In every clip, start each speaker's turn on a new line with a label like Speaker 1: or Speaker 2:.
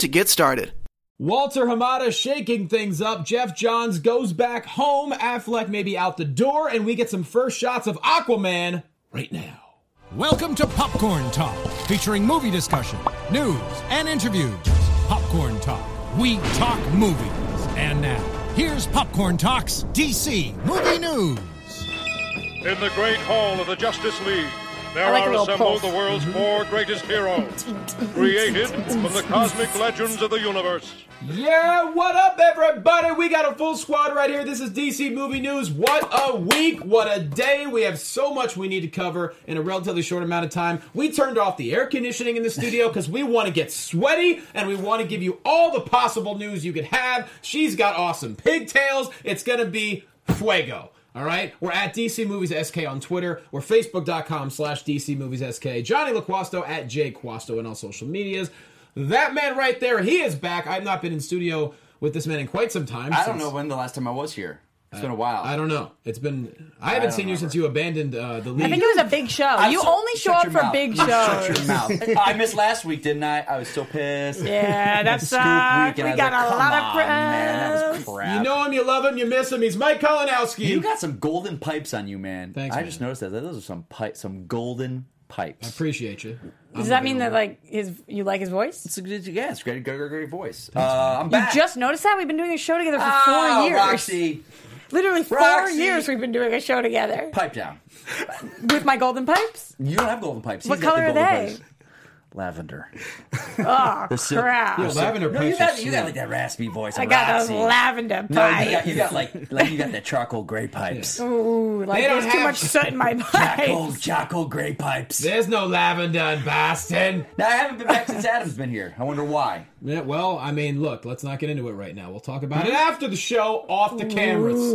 Speaker 1: to get started.
Speaker 2: Walter Hamada shaking things up. Jeff Johns goes back home. Affleck maybe out the door, and we get some first shots of Aquaman right now.
Speaker 3: Welcome to Popcorn Talk, featuring movie discussion, news, and interviews. Popcorn Talk. We talk movies. And now, here's Popcorn Talk's DC Movie News.
Speaker 4: In the great hall of the Justice League, there
Speaker 5: I like a
Speaker 4: are
Speaker 5: little
Speaker 4: assembled
Speaker 5: pulse. Mm-hmm.
Speaker 4: the world's four greatest heroes, created from the cosmic legends of the universe.
Speaker 2: Yeah, what up, everybody? We got a full squad right here. This is DC Movie News. What a week, what a day. We have so much we need to cover in a relatively short amount of time. We turned off the air conditioning in the studio because we want to get sweaty and we want to give you all the possible news you could have. She's got awesome pigtails. It's going to be fuego. All right, we're at DC Movies SK on Twitter. We're facebook.com slash DC Movies SK. Johnny LaQuasto at J Quasto in all social medias. That man right there, he is back. I've not been in studio with this man in quite some time.
Speaker 6: I don't
Speaker 2: since-
Speaker 6: know when the last time I was here. It's been a while.
Speaker 2: I don't know. It's been. I haven't
Speaker 6: don't
Speaker 2: seen you
Speaker 6: remember.
Speaker 2: since you abandoned uh, the league.
Speaker 5: I think it was a big show.
Speaker 6: I'm
Speaker 5: you
Speaker 6: so-
Speaker 5: only show
Speaker 6: shut
Speaker 5: up
Speaker 6: your
Speaker 5: for
Speaker 6: mouth.
Speaker 5: big shows.
Speaker 6: Shut your mouth. I missed last week, didn't I? I was so pissed.
Speaker 5: Yeah, that's
Speaker 6: Scoop
Speaker 5: uh,
Speaker 6: weekend.
Speaker 5: we
Speaker 6: I was
Speaker 5: got
Speaker 6: like,
Speaker 5: a
Speaker 6: "Come
Speaker 5: lot of
Speaker 6: on,
Speaker 5: press.
Speaker 6: man. That was crap.
Speaker 2: you know him, you love him, you miss him. He's Mike Kalinowski.
Speaker 6: You got some golden pipes on you, man.
Speaker 2: Thanks,
Speaker 6: I
Speaker 2: man.
Speaker 6: just noticed that. Those are some pipe, some golden pipes.
Speaker 2: Appreciate you.
Speaker 5: Does that mean that like his you like his voice?
Speaker 6: It's a good- yeah, it's great, great, great, great voice. Uh, I'm
Speaker 5: You
Speaker 6: back.
Speaker 5: just noticed that we've been doing a show together for
Speaker 6: Ah,
Speaker 5: four years.
Speaker 6: Roxy,
Speaker 5: Literally four
Speaker 6: Roxy.
Speaker 5: years we've been doing a show together
Speaker 6: pipe down.
Speaker 5: with my golden pipes.
Speaker 6: You don't have golden pipes.
Speaker 5: What
Speaker 6: He's got the
Speaker 5: color are
Speaker 6: golden
Speaker 5: they?
Speaker 6: pipes. Lavender.
Speaker 5: Oh
Speaker 6: The silk-
Speaker 5: crap!
Speaker 6: the silk-
Speaker 2: Lavender
Speaker 6: No, you
Speaker 2: pipes
Speaker 6: got
Speaker 2: are
Speaker 6: you got like that raspy voice.
Speaker 5: I
Speaker 6: of
Speaker 5: got those
Speaker 6: Roxy.
Speaker 5: lavender
Speaker 6: No, you got,
Speaker 5: pipes.
Speaker 6: you got like like you got the charcoal gray pipes.
Speaker 5: Ooh, like
Speaker 2: They don't
Speaker 5: there's too
Speaker 2: have-
Speaker 5: much soot in my
Speaker 6: Charcoal,
Speaker 5: pipes.
Speaker 6: charcoal gray pipes.
Speaker 2: There's no lavender in Boston.
Speaker 6: Now I haven't been back since Adam's been here. I wonder why.
Speaker 2: Yeah, well, I mean, look, let's not get into it right now. We'll talk about
Speaker 6: Mm-hmm.
Speaker 2: it after the show, off the cameras.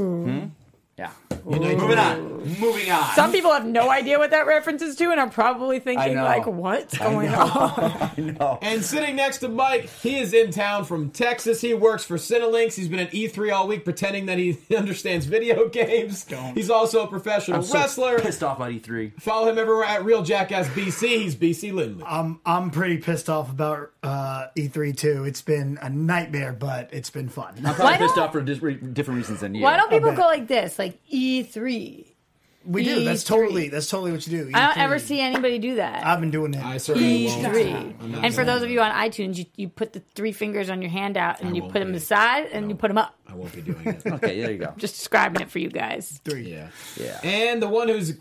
Speaker 6: Yeah.
Speaker 2: You know,
Speaker 6: Moving on. Moving on.
Speaker 5: Some people have no idea what that reference is to, and are probably thinking
Speaker 6: know.
Speaker 5: like, "What's going
Speaker 6: know.
Speaker 5: on?"
Speaker 6: I know.
Speaker 2: And sitting next to Mike, he is in town from Texas. He works for Cinelinks. He's been at E3 all week pretending that he understands video games. He's also a professional
Speaker 6: I'm so
Speaker 2: wrestler.
Speaker 6: pissed off E about E3.
Speaker 2: Follow him everywhere at Real Jackass BC. He's BC Lindley.
Speaker 6: Uh,
Speaker 7: I'm I'm pretty pissed off about uh, E3 too. It's been a nightmare, but it's been fun.
Speaker 6: Probably
Speaker 5: Why
Speaker 6: pissed
Speaker 5: don't-
Speaker 6: off for dis- re- different reasons than you.
Speaker 5: Why don't people
Speaker 7: bet.
Speaker 5: go like this, like E E3?
Speaker 7: we do. That's
Speaker 5: E3.
Speaker 7: totally that's totally what you do.
Speaker 5: E I don't
Speaker 7: E3.
Speaker 5: ever see anybody do that.
Speaker 7: I've been doing it.
Speaker 2: I certainly won't. I'm
Speaker 5: E3.
Speaker 2: not
Speaker 5: And for
Speaker 2: gonna-
Speaker 5: those of you on iTunes, you, you put the three fingers on your hand out and you
Speaker 2: won't
Speaker 5: put them
Speaker 2: be.
Speaker 5: aside and you put them up.
Speaker 2: I won't be doing it.
Speaker 6: Okay, there you go.
Speaker 5: Just describing it for you guys.
Speaker 7: Three.
Speaker 2: yeah.
Speaker 6: Yeah.
Speaker 2: And the one who's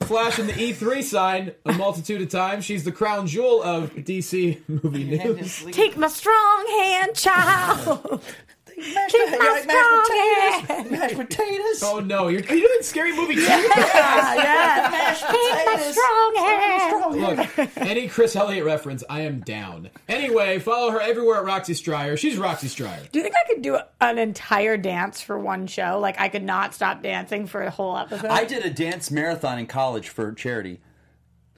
Speaker 2: flashing the E3 sign a multitude of times, she's the crown jewel of DC movie news.
Speaker 5: Take my strong hand, child. Take my strong hand.
Speaker 6: mashed potatoes.
Speaker 2: Oh no, you're, you're doing scary movie. too?
Speaker 5: Yeah. Take my strong hand.
Speaker 2: Look, any Chris Elliott reference, I am down. Anyway, follow her everywhere at Roxy Stryer. She's Roxy Stryer.
Speaker 5: Do you think I could do an entire dance for one show? Like I could not stop dancing for a whole episode.
Speaker 6: I did a dance marathon in college for charity.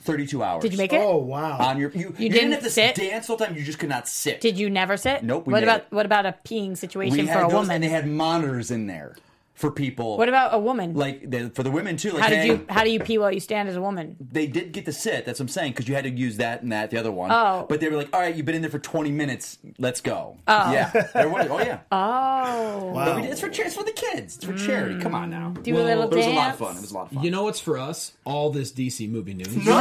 Speaker 6: 32 hours.
Speaker 5: Did you make it?
Speaker 7: Oh wow.
Speaker 6: on your you, you, didn't,
Speaker 5: didn't
Speaker 6: have to
Speaker 5: sit?
Speaker 6: dance the whole time, you just could not sit.
Speaker 5: Did you never sit?
Speaker 6: Nope, we
Speaker 5: What
Speaker 6: made
Speaker 5: about
Speaker 6: it.
Speaker 5: what about a peeing situation
Speaker 6: we
Speaker 5: for
Speaker 6: had
Speaker 5: a
Speaker 6: those,
Speaker 5: woman?
Speaker 6: and they had monitors in there for people.
Speaker 5: what about a woman?
Speaker 6: like the, for the women too? Like
Speaker 5: how did
Speaker 6: hey,
Speaker 5: you how do you pee while you stand as a woman?
Speaker 6: they did get to sit. That's what I'm saying because you had to use that and that, the other one.
Speaker 5: Oh.
Speaker 6: but they were like, "All right, you've been in there for 20 minutes. Let's go." Oh, yeah. There was, oh yeah.
Speaker 5: Oh,
Speaker 6: But we did- it's for char- it's for the kids. It's for charity. Come on now.
Speaker 5: do a little
Speaker 6: It was a lot
Speaker 5: dance.
Speaker 6: of fun. It was a lot of fun.
Speaker 2: You know what's for us? All this DC movie news.
Speaker 6: Nice.
Speaker 5: Yo,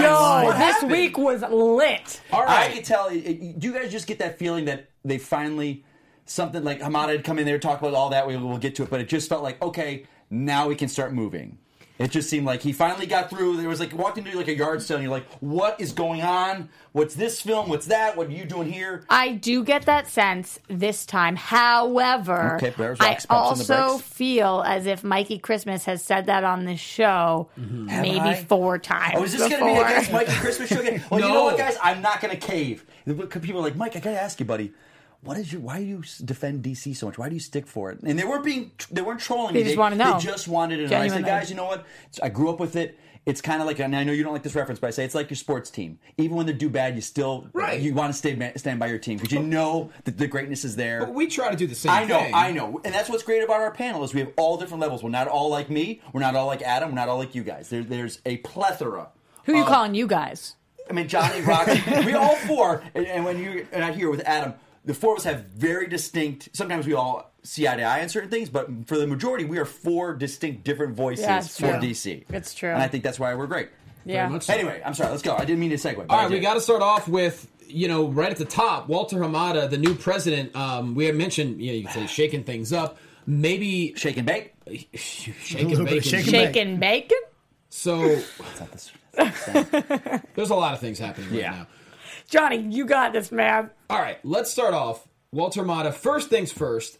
Speaker 6: What
Speaker 5: this
Speaker 6: happened?
Speaker 5: week was lit.
Speaker 2: All
Speaker 6: I
Speaker 2: right.
Speaker 6: could tell. it- it- Do you guys just get that feeling that they finally something like Hamada had come in there, talk about all that. We will get to it, but it just felt like okay, now we can start moving. It just seemed like he finally got through. There was like walked into like a yard sale, and you're like, "What is going on? What's this film? What's that? What are you doing here?"
Speaker 5: I do get that sense this time. However,
Speaker 6: Okay, Bears,
Speaker 5: I
Speaker 6: Rocks, Pops, and the
Speaker 5: also
Speaker 6: Bricks.
Speaker 5: feel as if Mikey Christmas has said that on this show maybe
Speaker 6: Mm-hmm. I?
Speaker 5: four times.
Speaker 6: Oh, is this
Speaker 5: before.
Speaker 6: going to be against Mike and Christmas show again? Well, you know what,
Speaker 2: No.
Speaker 6: guys? I'm not going to cave. People are like, Mike, I got to ask you, buddy. What is your? Why do you s- defend DC so much? Why do you stick for it? And they weren't being, they weren't trolling.
Speaker 5: They
Speaker 6: me.
Speaker 5: just wanna know.
Speaker 6: They just wanted it. And I said,
Speaker 5: Genuinely.
Speaker 6: guys, you know what? So I grew up with it. It's kind of like, and I know you don't like this reference, but I say it's like your sports team. Even when they do bad, you still uh,
Speaker 2: Right.
Speaker 6: you want to stay ma- stand by your team because you know that the greatness is there.
Speaker 2: But we try to do the same
Speaker 6: I know,
Speaker 2: thing.
Speaker 6: I know, and that's what's great about our panel is we have all different levels. We're not all like me. We're not all like Adam. We're not all like you guys. There, there's a plethora.
Speaker 5: Who you calling you guys?
Speaker 6: I mean, Johnny, Roxy, we all four, and, and when you're out here with Adam, the four of us have very distinct. Sometimes we all see eye to eye on certain things, but for the majority, we are four distinct different voices
Speaker 5: Yeah, it's
Speaker 6: for
Speaker 5: true.
Speaker 6: DC.
Speaker 5: It's true.
Speaker 6: and I think that's why we're great.
Speaker 5: Yeah.
Speaker 2: much so.
Speaker 6: Anyway, I'm sorry. Let's go. I didn't mean to segue.
Speaker 2: All right, we got to start off with you know right at the top, Walter Hamada, the new president. Um, we had mentioned you know you could say shaking things up, maybe
Speaker 6: shake and bake.
Speaker 2: shaking
Speaker 7: little
Speaker 2: bacon.
Speaker 7: bit of shaking
Speaker 5: Shake and bacon?
Speaker 2: So
Speaker 6: That's- that's- that's-
Speaker 2: there's a lot of things happening right
Speaker 6: Yeah.
Speaker 2: now.
Speaker 5: Johnny, you got this, man.
Speaker 2: All right, let's start off. Walter Mata, first things first.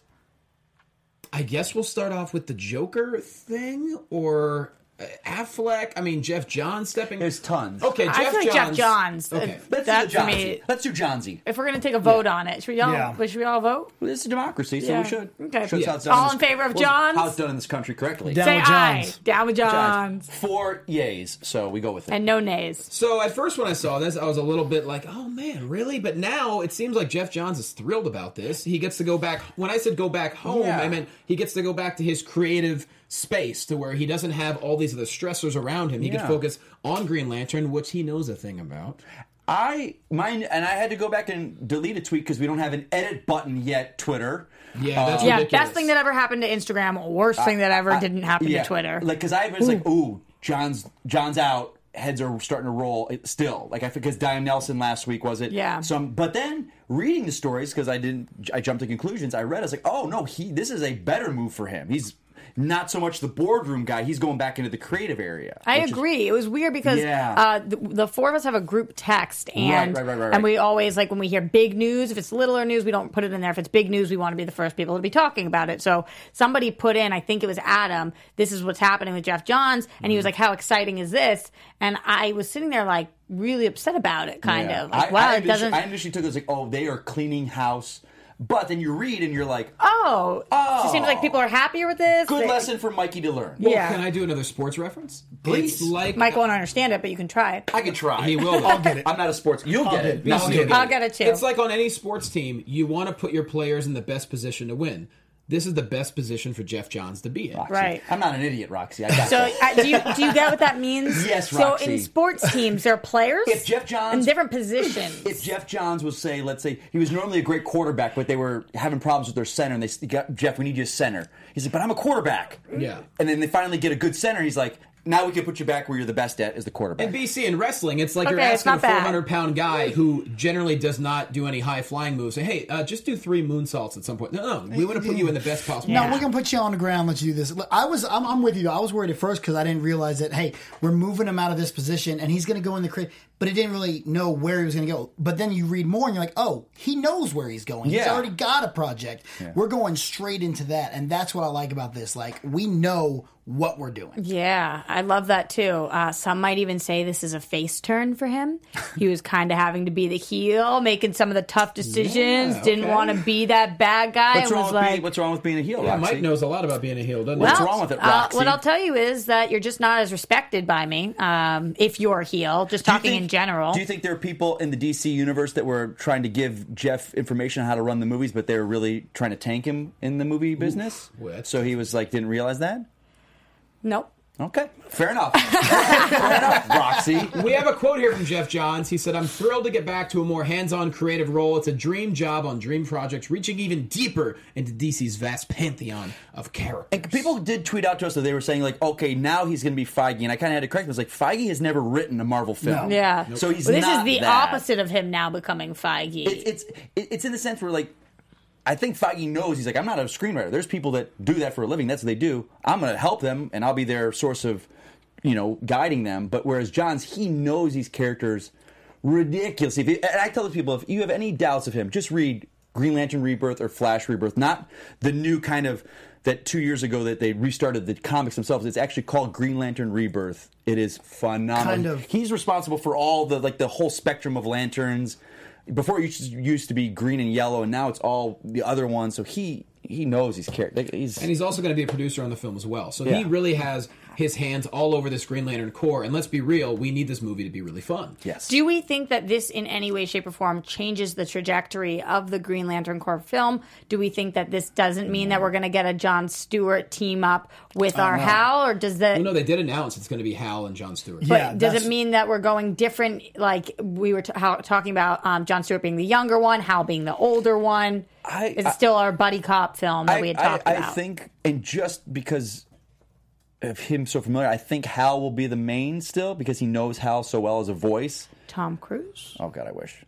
Speaker 2: I guess we'll start off with the Joker thing or uh, Affleck. I mean, Jeff John stepping.
Speaker 6: There's tons.
Speaker 2: Okay, Jeff
Speaker 5: I feel like Jeff Johns.
Speaker 2: Okay.
Speaker 5: That's
Speaker 6: Let's
Speaker 5: that
Speaker 6: do the
Speaker 5: for
Speaker 6: Johnsy.
Speaker 5: me.
Speaker 6: Let's do Johnsy.
Speaker 5: If we're gonna take a vote on it, should we all?
Speaker 7: Yeah.
Speaker 5: Should we all vote?
Speaker 6: Well, This is a democracy, so
Speaker 5: Yeah.
Speaker 6: we should.
Speaker 5: Okay.
Speaker 6: Shows
Speaker 5: Yeah.
Speaker 6: how it's done
Speaker 5: All
Speaker 6: this-
Speaker 5: in favor of
Speaker 6: well,
Speaker 5: Johns?
Speaker 6: How it's done in this country correctly.
Speaker 7: Down
Speaker 5: Say
Speaker 7: with
Speaker 5: aye.
Speaker 7: Johns.
Speaker 5: Down with
Speaker 6: Johns.
Speaker 5: Johns.
Speaker 6: Four yays, so we go with it.
Speaker 5: And no nays.
Speaker 2: So at first, when I saw this, I was a little bit like, "Oh man, really?" But now it seems like Jeff Johns is thrilled about this. He gets to go back. When I said go back home,
Speaker 6: Yeah.
Speaker 2: I meant he gets to go back to his creative space, to where he doesn't have all these other stressors around him. He
Speaker 6: Yeah.
Speaker 2: can focus on Green Lantern, which he knows a thing about.
Speaker 6: I mine, and I had to go back and delete a tweet because we don't have an edit button yet. Twitter.
Speaker 2: Yeah, that's
Speaker 5: Yeah,
Speaker 2: ridiculous.
Speaker 5: best thing that ever happened to Instagram. Worst thing that ever didn't happen
Speaker 6: yeah,
Speaker 5: to Twitter.
Speaker 6: Like, because I was like, "Ooh, John's John's out. Heads are starting to roll it- still." Like, I think because Diane Nelson last week was it?
Speaker 5: Yeah.
Speaker 6: Some, but then reading the stories because I didn't, I jumped to conclusions. I read, I was like, "Oh no, he. This is a better move for him. He's not so much the boardroom guy. He's going back into the creative area."
Speaker 5: I
Speaker 6: which is-
Speaker 5: agree. it was weird because
Speaker 6: Yeah.
Speaker 5: uh, the, the four of us have a group text, and
Speaker 6: right, right, right,
Speaker 5: and
Speaker 6: right.
Speaker 5: we always like when we hear big news. If it's littler news, we don't put it in there. If it's big news, we want to be the first people to be talking about it. So somebody put in, I think it was Adam. This is what's happening with Jeff Johns, and he was
Speaker 6: Mm-hmm.
Speaker 5: like, "How exciting is this?" And I was sitting there like really upset about it, kind
Speaker 6: Yeah.
Speaker 5: of like,
Speaker 6: I,
Speaker 5: "Wow,
Speaker 6: I
Speaker 5: it
Speaker 6: initially-
Speaker 5: doesn't."
Speaker 6: I initially took it as like, "Oh, they are cleaning house," but then you read and you're like,
Speaker 5: oh, it just seems like people are happier with this.
Speaker 6: Good
Speaker 5: They-
Speaker 6: lesson for Mikey to learn.
Speaker 2: Well,
Speaker 5: Yeah.
Speaker 2: Oh, Can I do another sports reference?
Speaker 6: Please.
Speaker 2: It's like
Speaker 5: Mike won't understand it, but you can try it.
Speaker 6: I can try.
Speaker 2: He will.
Speaker 6: I'll get it. I'm not a sports. You'll get
Speaker 7: get
Speaker 6: it.
Speaker 7: it.
Speaker 6: No,
Speaker 7: I'll
Speaker 6: you'll
Speaker 7: get it.
Speaker 5: I'll get it too.
Speaker 2: It's like on any sports team, you want to put your players in the best position to win. This is the best position for Jeff Johns to be in.
Speaker 5: Right.
Speaker 6: I'm not an idiot, Roxy. I got
Speaker 5: So
Speaker 6: that.
Speaker 5: uh, do you do you get what that means?
Speaker 6: Yes,
Speaker 5: So
Speaker 6: Roxy.
Speaker 5: in sports teams, there are players
Speaker 6: If Jeff Johns-
Speaker 5: in different positions.
Speaker 6: If Jeff Johns was say, let's say he was normally a great quarterback, but they were having problems with their center, and they s- got Jeff, we need you as center. He's like, but I'm a quarterback.
Speaker 2: Yeah.
Speaker 6: And then they finally get a good center. He's like, now we can put you back where you're the best at is the quarterback.
Speaker 2: In BC in wrestling, it's like you're
Speaker 5: Okay, it's
Speaker 2: asking a
Speaker 5: not bad.
Speaker 2: 400 pound guy who generally does not do any high flying moves. Say, hey, uh, just do three moonsaults at some point. No, no, we want to put you in the best possible.
Speaker 7: No, we're gonna put you on the ground. Let you do this. Look, I was, I'm, I'm with you. I was worried at first because I didn't realize that. Hey, we're moving him out of this position, and he's gonna go in the crate. But I didn't really know where he was gonna go. But then you read more, and you're like, oh, he knows where he's going. He's
Speaker 6: Yeah.
Speaker 7: already got a project. We're going straight into that, and that's what I like about this. Like, we know what we're doing.
Speaker 5: yeah, I love that too. Uh, some might even say this is a face turn for him. He was kind of having to be the heel, making some of the tough decisions. Didn't want to be that bad guy. and
Speaker 6: what's, wrong
Speaker 5: was
Speaker 6: with
Speaker 5: like,
Speaker 6: being, what's wrong with being a heel,
Speaker 2: Yeah,
Speaker 6: Roxy?
Speaker 2: Mike knows a lot about being a heel, doesn't
Speaker 6: What's
Speaker 2: he?
Speaker 5: Well,
Speaker 6: wrong with it,
Speaker 5: uh,
Speaker 6: Roxy?
Speaker 5: what I'll tell you is that you're just not as respected by me um, if you're a heel. Just
Speaker 6: Do you
Speaker 5: talking
Speaker 6: think-
Speaker 5: in general.
Speaker 6: Do you think there are people in the DC universe that were trying to give Jeff information on how to run the movies, but they were really trying to tank him in the movie business?
Speaker 2: Well, that's-
Speaker 6: so he was like, didn't realize that?
Speaker 5: nope.
Speaker 6: Okay, fair enough. fair enough, Roxy.
Speaker 2: We have a quote here from Jeff Johns. He said, I'm thrilled to get back to a more hands on creative role. It's a dream job on dream projects, reaching even deeper into DC's vast pantheon of characters.
Speaker 6: People did tweet out to us that they were saying like, okay, now he's going to be Feige, and I kind of had to correct them. I was like, Feige has never written a Marvel film.
Speaker 7: No.
Speaker 5: Yeah.
Speaker 6: So he's
Speaker 5: Well, this
Speaker 6: not
Speaker 5: is the
Speaker 6: that.
Speaker 5: opposite of him now becoming Feige.
Speaker 6: It, it's it, it's in the sense where like. I think Feige knows he's like I'm not a screenwriter. There's people that do that for a living. That's what they do. I'm going to help them, and I'll be their source of you know, guiding them. But whereas Johns, he knows these characters ridiculously. If you- and I tell these people, if you have any doubts of him, just read Green Lantern Rebirth or Flash Rebirth, not the new kind of that two years ago that they restarted the comics themselves. It's actually called Green Lantern Rebirth. It is phenomenal.
Speaker 7: Kind of.
Speaker 6: He's responsible for all the like the whole spectrum of lanterns. Before it used to- used to be green and yellow, and now it's all the other ones. So he he knows his character. He's,
Speaker 2: And he's also going to be a producer on the film as well. So he
Speaker 6: Yeah.
Speaker 2: really has his hands all over this Green Lantern core. And let's be real, we need this movie to be really fun.
Speaker 6: yes.
Speaker 5: Do we think that this, in any way, shape, or form, changes the trajectory of the Green Lantern Corps film? Do we think that this doesn't mean that we're going to get a John Stewart team up with our Hal, or does that?
Speaker 2: You know, they did announce it's going to be Hal and John Stewart.
Speaker 5: But
Speaker 7: Yeah,
Speaker 5: does
Speaker 7: that's-
Speaker 5: it mean that we're going different? Like we were t- how, talking about um, John Stewart being the younger one, Hal being the older one.
Speaker 6: I-
Speaker 5: Is it still our buddy cop film that we had talked
Speaker 6: I,
Speaker 5: about?
Speaker 6: I think, and just because of him so familiar, I think Hal will be the main still because he knows Hal so well as a voice.
Speaker 5: Tom Cruise.
Speaker 6: Oh God, I wish.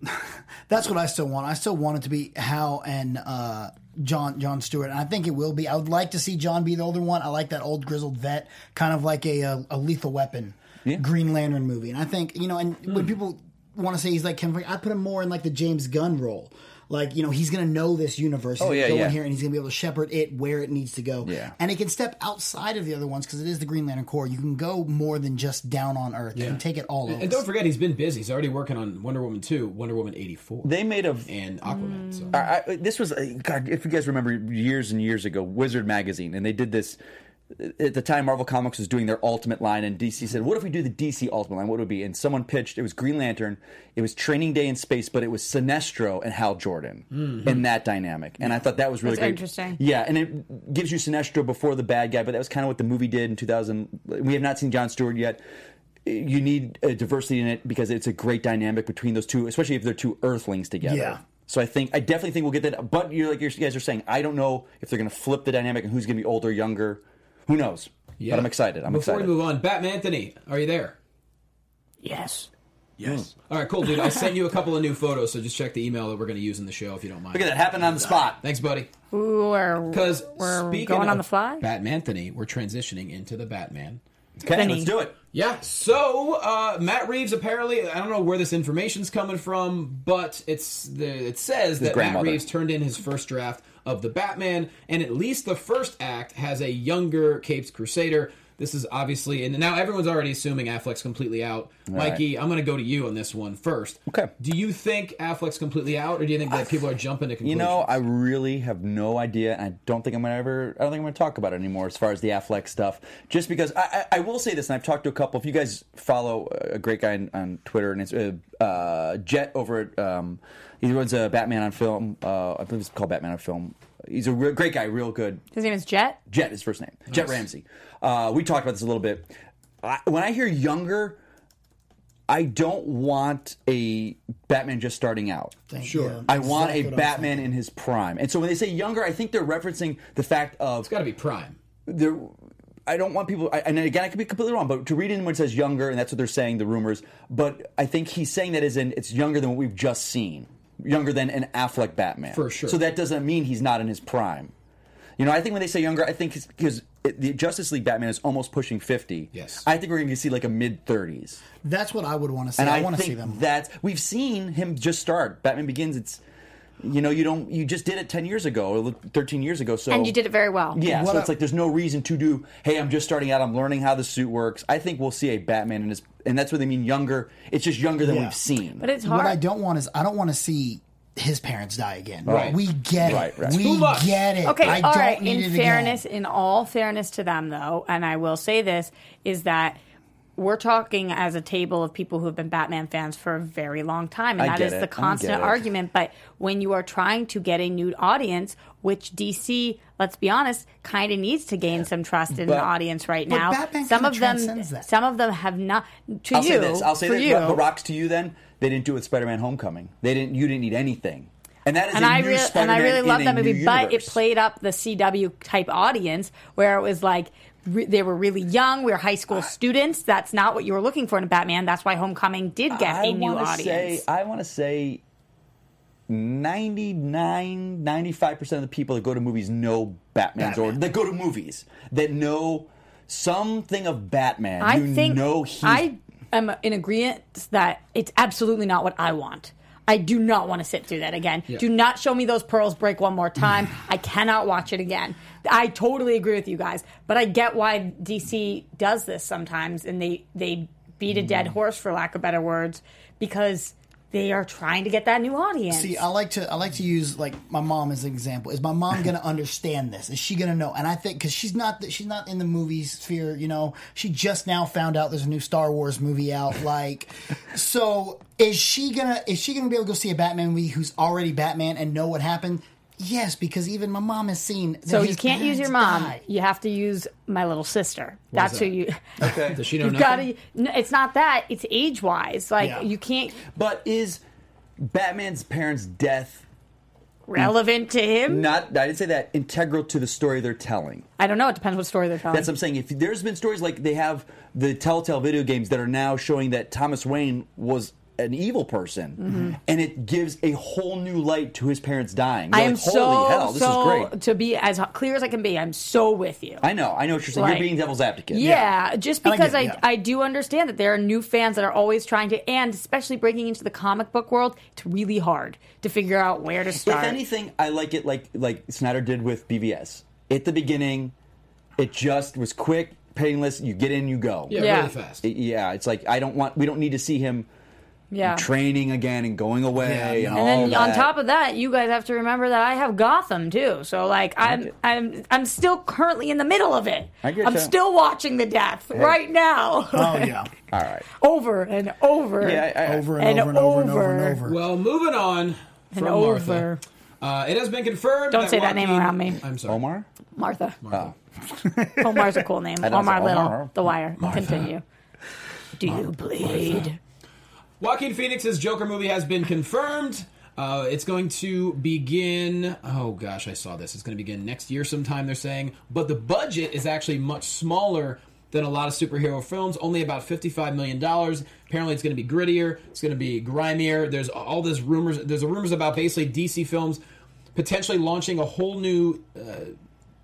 Speaker 7: That's what I still want. I still want it to be Hal and uh, John John Stewart, and I think it will be. I would like to see John be the older one. I like that old grizzled vet, kind of like a a, a Lethal Weapon, Green Lantern movie. And I think you know, and when
Speaker 6: Hmm.
Speaker 7: people want to say he's like Ken, Frank, I put him more in like the James Gunn role. Like you know, he's gonna know this universe. He's
Speaker 6: Oh, yeah,
Speaker 7: gonna go
Speaker 6: yeah.
Speaker 7: in here and he's gonna be able to shepherd it where it needs to go.
Speaker 6: Yeah.
Speaker 7: and it can step outside of the other ones because it is the Green Lantern Corps. You can go more than just down on Earth. You can take it all. over.
Speaker 2: And don't forget, he's been busy. He's already working on Wonder Woman 2, Wonder Woman 84,
Speaker 6: They made a.
Speaker 2: and Aquaman. So.
Speaker 6: I, I- this was uh, God. If you guys remember, years and years ago, Wizard magazine, and they did this. uh, At the time, Marvel Comics was doing their Ultimate line, and DC said, "What if we do the DC Ultimate line? What would it be?" And someone pitched it was Green Lantern, it was Training Day in space, but it was Sinestro and Hal Jordan in that dynamic. And I thought that was really
Speaker 5: Hmm. That's
Speaker 6: great.
Speaker 5: interesting.
Speaker 6: Yeah, and it gives you Sinestro before the bad guy, but that was kind of what the movie did in 2000. We have not seen John Stewart yet. You need uh diversity in it because it's a great dynamic between those two, especially if they're two Earthlings together.
Speaker 7: Yeah.
Speaker 6: So I think I definitely think we'll get that. But you're like you guys are saying, I don't know if they're going to flip the dynamic and who's going to be older, younger. Who knows?
Speaker 2: Yeah.
Speaker 6: But I'm excited. I'm
Speaker 2: Before
Speaker 6: excited.
Speaker 2: we move on, Batman Anthony, are you there?
Speaker 5: Yes.
Speaker 2: Yes. All right, cool, dude. I sent you a couple of new photos, so just check the email that we're going to use in the show if you don't mind.
Speaker 6: Look at that happen on the spot.
Speaker 2: Thanks, buddy.
Speaker 5: We're,
Speaker 2: Because
Speaker 5: we're
Speaker 2: speaking
Speaker 5: going
Speaker 2: of
Speaker 5: on the fly.
Speaker 2: Batman Anthony, we're transitioning into the Batman.
Speaker 6: Okay, let's do it.
Speaker 2: Yeah. So uh, Matt Reeves apparently, I don't know where this information's coming from, but it's the it says that Matt
Speaker 6: grandmother.
Speaker 2: Reeves turned in his first draft of the Batman, and at least the first act has a younger Capes Crusader. This is obviously, and now everyone's already assuming Affleck's completely out. Mikey, I'm going to go to you on this one first.
Speaker 6: Okay.
Speaker 2: Do you think Affleck's completely out, or do you think that people are jumping to
Speaker 6: You
Speaker 2: conclusions?
Speaker 6: know, I really have no idea, and I don't think I'm gonna ever. I don't think I'm gonna talk about it anymore as far as the Affleck stuff. Just because I, I, I will say this, and I've talked to a couple. If you guys follow a great guy on, on Twitter, and it's uh, uh, Jet over at um, he runs a Batman on film. Uh, I believe it's called Batman on film. He's a real, great guy, real good.
Speaker 5: His name is Jet.
Speaker 6: Jet is his first name. Jet Ramsey. Uh, we talked about this a little bit. I, when I hear younger, I don't want a Batman just starting out.
Speaker 7: Sure. you.
Speaker 6: I want
Speaker 7: Exactly
Speaker 6: a
Speaker 7: what I'm
Speaker 6: Batman in his prime. And so when they say younger, I think they're referencing the fact of
Speaker 2: it's got to be Prime.
Speaker 6: there. I don't want people, I, and again, I could be completely wrong, but to read in when it says younger, and that's what they're saying, the rumors. But I think he's saying that as in it's younger than what we've just seen, younger than an Affleck Batman,
Speaker 2: For sure.
Speaker 6: So that doesn't mean he's not in his prime. You know, I think when they say younger, I think because the Justice League Batman is almost pushing fifty.
Speaker 2: Yes.
Speaker 6: I think we're going to see like a mid thirties.
Speaker 7: That's what I would want to see.
Speaker 6: And
Speaker 7: I,
Speaker 6: I,
Speaker 7: want to
Speaker 6: think
Speaker 7: see them.
Speaker 6: That's we've seen him just start. Batman Begins. It's you know you don't you just did it ten years ago or thirteen years ago. So
Speaker 5: And you did it very well.
Speaker 6: Yeah,
Speaker 7: What
Speaker 6: so
Speaker 7: I-
Speaker 6: it's like there's no reason to do. Hey, I'm just starting out. I'm learning how the suit works. I think we'll see a Batman in his, and that's what they mean younger. It's just younger than
Speaker 7: Yeah.
Speaker 6: we've seen.
Speaker 5: But it's
Speaker 7: What I
Speaker 5: hard.
Speaker 7: don't want is I don't want to see his parents die again.
Speaker 2: Right.
Speaker 7: We get
Speaker 6: Right,
Speaker 7: it.
Speaker 6: right.
Speaker 7: We
Speaker 2: Too much.
Speaker 7: get it.
Speaker 5: Okay,
Speaker 7: I
Speaker 5: all
Speaker 7: don't
Speaker 5: right.
Speaker 7: need
Speaker 5: In
Speaker 7: it
Speaker 5: fairness,
Speaker 7: again.
Speaker 5: in all fairness to them, though, and I will say this is that we're talking as a table of people who have been Batman fans for a very long time, and
Speaker 6: I
Speaker 5: that
Speaker 6: get
Speaker 5: is
Speaker 6: it.
Speaker 5: the
Speaker 6: I get
Speaker 5: constant
Speaker 6: it.
Speaker 5: argument. But when you are trying to get a new audience, which DC, let's be honest, kind of needs to gain some trust in the
Speaker 6: But-
Speaker 5: audience right
Speaker 7: but
Speaker 5: now.
Speaker 7: Batman
Speaker 5: some
Speaker 7: kinda
Speaker 5: of them,
Speaker 7: transcends that.
Speaker 5: some of them have not. To
Speaker 6: I'll
Speaker 5: you,
Speaker 6: say this. I'll say
Speaker 5: for
Speaker 6: this.
Speaker 5: you,
Speaker 6: But but rocks to you. Then they didn't do it with Spider-Man: Homecoming. They didn't. You didn't need anything. And that is
Speaker 5: and
Speaker 6: a
Speaker 5: I
Speaker 6: new
Speaker 5: really and I
Speaker 6: Spider-Man
Speaker 5: really love
Speaker 6: in a
Speaker 5: that
Speaker 6: new
Speaker 5: movie, but it
Speaker 6: universe.
Speaker 5: played up the CW type audience where it was like re- they were really young. We were high school students. That's not what you were looking for in a Batman. That's why Homecoming did get a new
Speaker 6: wanna
Speaker 5: audience.
Speaker 6: Say, I want to say 99, 95% of the people that go to movies know Batman's
Speaker 7: Batman.
Speaker 6: order. That go to movies. That know something of Batman.
Speaker 5: I
Speaker 6: you
Speaker 5: think
Speaker 6: know he's
Speaker 5: I am in agreement that it's absolutely not what I want. I do not want to sit through that again. Do not show me those pearls break one more time. I cannot watch it again. I totally agree with you guys, but I get why DC does this sometimes and they they beat a
Speaker 6: Mm.
Speaker 5: dead horse for lack of better words because they are trying to get that new audience.
Speaker 7: See, I like to I like to use like my mom as an example. Is my mom going to understand this? Is she going to know? And I think because she's not she's not in the movie sphere, you know. She just now found out there's a new Star Wars movie out. Like, so is she gonna is she gonna be able to go see a Batman movie who's already Batman and know what happened? Yes, because even my mom has seen. that
Speaker 5: so you
Speaker 7: his
Speaker 5: can't use
Speaker 7: parents
Speaker 5: your mom.
Speaker 7: died.
Speaker 5: You have to use my little sister.
Speaker 2: that?
Speaker 5: That's who you.
Speaker 2: Does she know
Speaker 5: You've got
Speaker 2: nothing?
Speaker 5: to. No, it's not that. It's age wise. Like
Speaker 7: Yeah.
Speaker 5: you can't
Speaker 6: But is Batman's parents' death
Speaker 5: relevant to him.
Speaker 6: not? I didn't say that integral to the story they're telling.
Speaker 5: I don't know. It depends what story they're telling.
Speaker 6: That's what I'm saying. If there's been stories like they have the Telltale video games that are now showing that Thomas Wayne was an evil person,
Speaker 5: Mm-hmm.
Speaker 6: and it gives a whole new light to his parents dying.
Speaker 5: I
Speaker 6: You're
Speaker 5: am
Speaker 6: like,
Speaker 5: so
Speaker 6: holy hell, this
Speaker 5: so
Speaker 6: is great.
Speaker 5: to be as h- clear as I can be. I'm so with you.
Speaker 6: I know, I know what you're saying.
Speaker 5: Like,
Speaker 6: you're being devil's advocate.
Speaker 5: Yeah, just
Speaker 7: And I get
Speaker 5: because I,
Speaker 7: it, yeah.
Speaker 5: I do understand that there are new fans that are always trying to, and especially breaking into the comic book world, it's really hard to figure out where to
Speaker 6: If
Speaker 5: start.
Speaker 6: anything, I like it like like Snyder did with BVS. At the beginning, it just was quick, painless. You get in, you go.
Speaker 2: Yeah,
Speaker 5: Yeah.
Speaker 2: really fast.
Speaker 6: Yeah, it's like I don't want. We don't need to see him
Speaker 5: yeah.
Speaker 6: training again and going away.
Speaker 2: Yeah.
Speaker 5: And
Speaker 6: And, all
Speaker 5: then on
Speaker 6: that.
Speaker 5: top of that, you guys have to remember that I have Gotham too. So like I'm I'm I'm still currently in the middle of it.
Speaker 6: I get
Speaker 5: I'm
Speaker 6: that.
Speaker 5: still watching the death right now.
Speaker 7: Oh yeah,
Speaker 6: all right.
Speaker 5: over and over
Speaker 6: Yeah, I, I,
Speaker 7: over
Speaker 5: And
Speaker 7: and, over, and over and over and
Speaker 5: over.
Speaker 7: over.
Speaker 2: Well, moving on
Speaker 5: and
Speaker 2: from
Speaker 5: over.
Speaker 2: Martha. Uh, it has been confirmed.
Speaker 5: Don't say that name
Speaker 2: Joaquin-
Speaker 5: around me.
Speaker 2: I'm sorry.
Speaker 6: Omar.
Speaker 5: Martha. Omar's a cool name.
Speaker 6: know, it's
Speaker 5: Omar
Speaker 6: like
Speaker 5: Little.
Speaker 6: Omar.
Speaker 5: The Wire. Continue. Do you bleed?
Speaker 2: Joaquin Phoenix's Joker movie has been confirmed. Uh, it's going to begin. Oh gosh, I saw this. It's going to begin next year sometime. They're saying, but the budget is actually much smaller than a lot of superhero films. Only about fifty-five million dollars. Apparently, it's going to be grittier. It's going to be grimier. There's all this rumors. There's rumors about basically DC films potentially launching a whole new uh,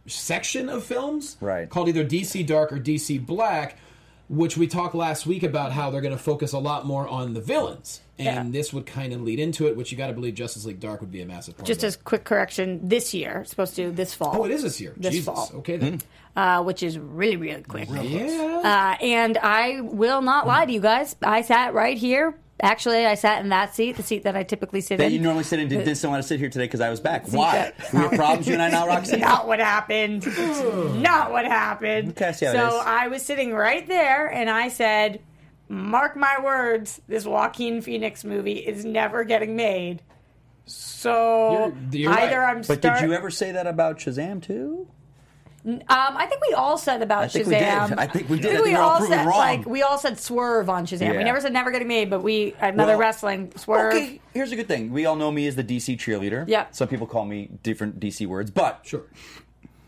Speaker 2: section of films
Speaker 6: Right.
Speaker 2: called either DC Dark or DC Black, which we talked last week about how they're going to focus a lot more on the villains. And this would kind of lead into it, which you got to believe Justice League Dark would be a massive part.
Speaker 5: Just
Speaker 2: of
Speaker 5: as quick correction, this year, supposed to this fall.
Speaker 2: that. oh, it is this year.
Speaker 5: This
Speaker 2: Jesus.
Speaker 5: fall.
Speaker 2: Okay then.
Speaker 5: Uh, which is really, really quick.
Speaker 2: Yeah.
Speaker 5: Uh, and I will not lie to you guys. I sat right here. Actually, I sat in that seat, the seat that I typically sit
Speaker 6: That
Speaker 5: in.
Speaker 6: you normally sit in. Didn't want to sit here today because I was back. Why? We have problems. You and I now, Roxy.
Speaker 5: not what happened. not what happened.
Speaker 6: Okay, I see how it
Speaker 5: so
Speaker 6: is.
Speaker 5: I was sitting right there and I said, Mark my words, this Joaquin Phoenix movie is never getting made. So
Speaker 2: You're- you're
Speaker 5: either
Speaker 2: right.
Speaker 5: I'm
Speaker 6: But
Speaker 5: start-
Speaker 6: did you ever say that about Shazam too?
Speaker 5: Um, I think we all said about
Speaker 6: I think
Speaker 5: Shazam.
Speaker 6: we did. I think we did. I think
Speaker 5: we
Speaker 6: we were all
Speaker 5: all
Speaker 6: proven
Speaker 5: said
Speaker 6: wrong.
Speaker 5: like we all said swerve on Shazam. We
Speaker 6: Yeah.
Speaker 5: never said never getting made, but we another
Speaker 6: Well,
Speaker 5: wrestling swerve.
Speaker 6: Okay, here's a good thing. We all know me as the DC cheerleader.
Speaker 5: Yeah.
Speaker 6: Some people call me different DC words, but
Speaker 2: Sure.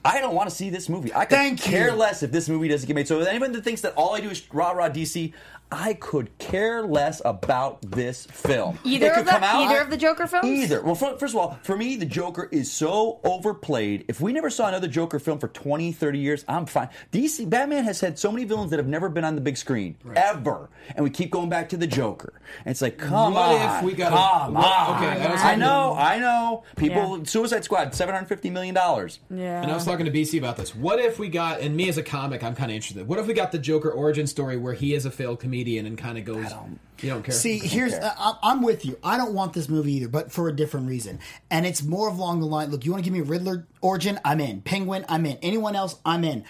Speaker 6: I don't want to see this movie. I could
Speaker 7: Thank you.
Speaker 6: care less if this movie doesn't get made. So anyone that thinks that all I do is rah rah DC, I could care less about this film.
Speaker 5: Either
Speaker 6: It could
Speaker 5: of the-
Speaker 6: come out-
Speaker 5: either of the Joker films?
Speaker 6: Either. Well, fir- first of all, for me, the Joker is so overplayed. If we never saw another Joker film for 20, 30 years, I'm fine. DC Batman has had so many villains that have never been on the big screen ever, and we keep going back to the Joker. And it's like, come
Speaker 2: What if
Speaker 6: on,
Speaker 2: we got a-
Speaker 6: come
Speaker 2: what-
Speaker 6: on.
Speaker 2: okay, I was
Speaker 6: I
Speaker 2: thinking-
Speaker 6: know, I know. People, Suicide Squad, seven hundred fifty million dollars.
Speaker 5: yeah.
Speaker 2: And I was talking to BC about this. What if we got, and me as a comic, I'm kind of interested. What if we got the Joker origin story where he is a failed comedian and kind of goes, you don't care.
Speaker 7: See, here's uh, I- I'm with you. I don't want this movie either, but for a different reason. And it's more of along the line. Look, you want to give me Riddler origin? I'm in. Penguin? I'm in. Anyone else? I'm in.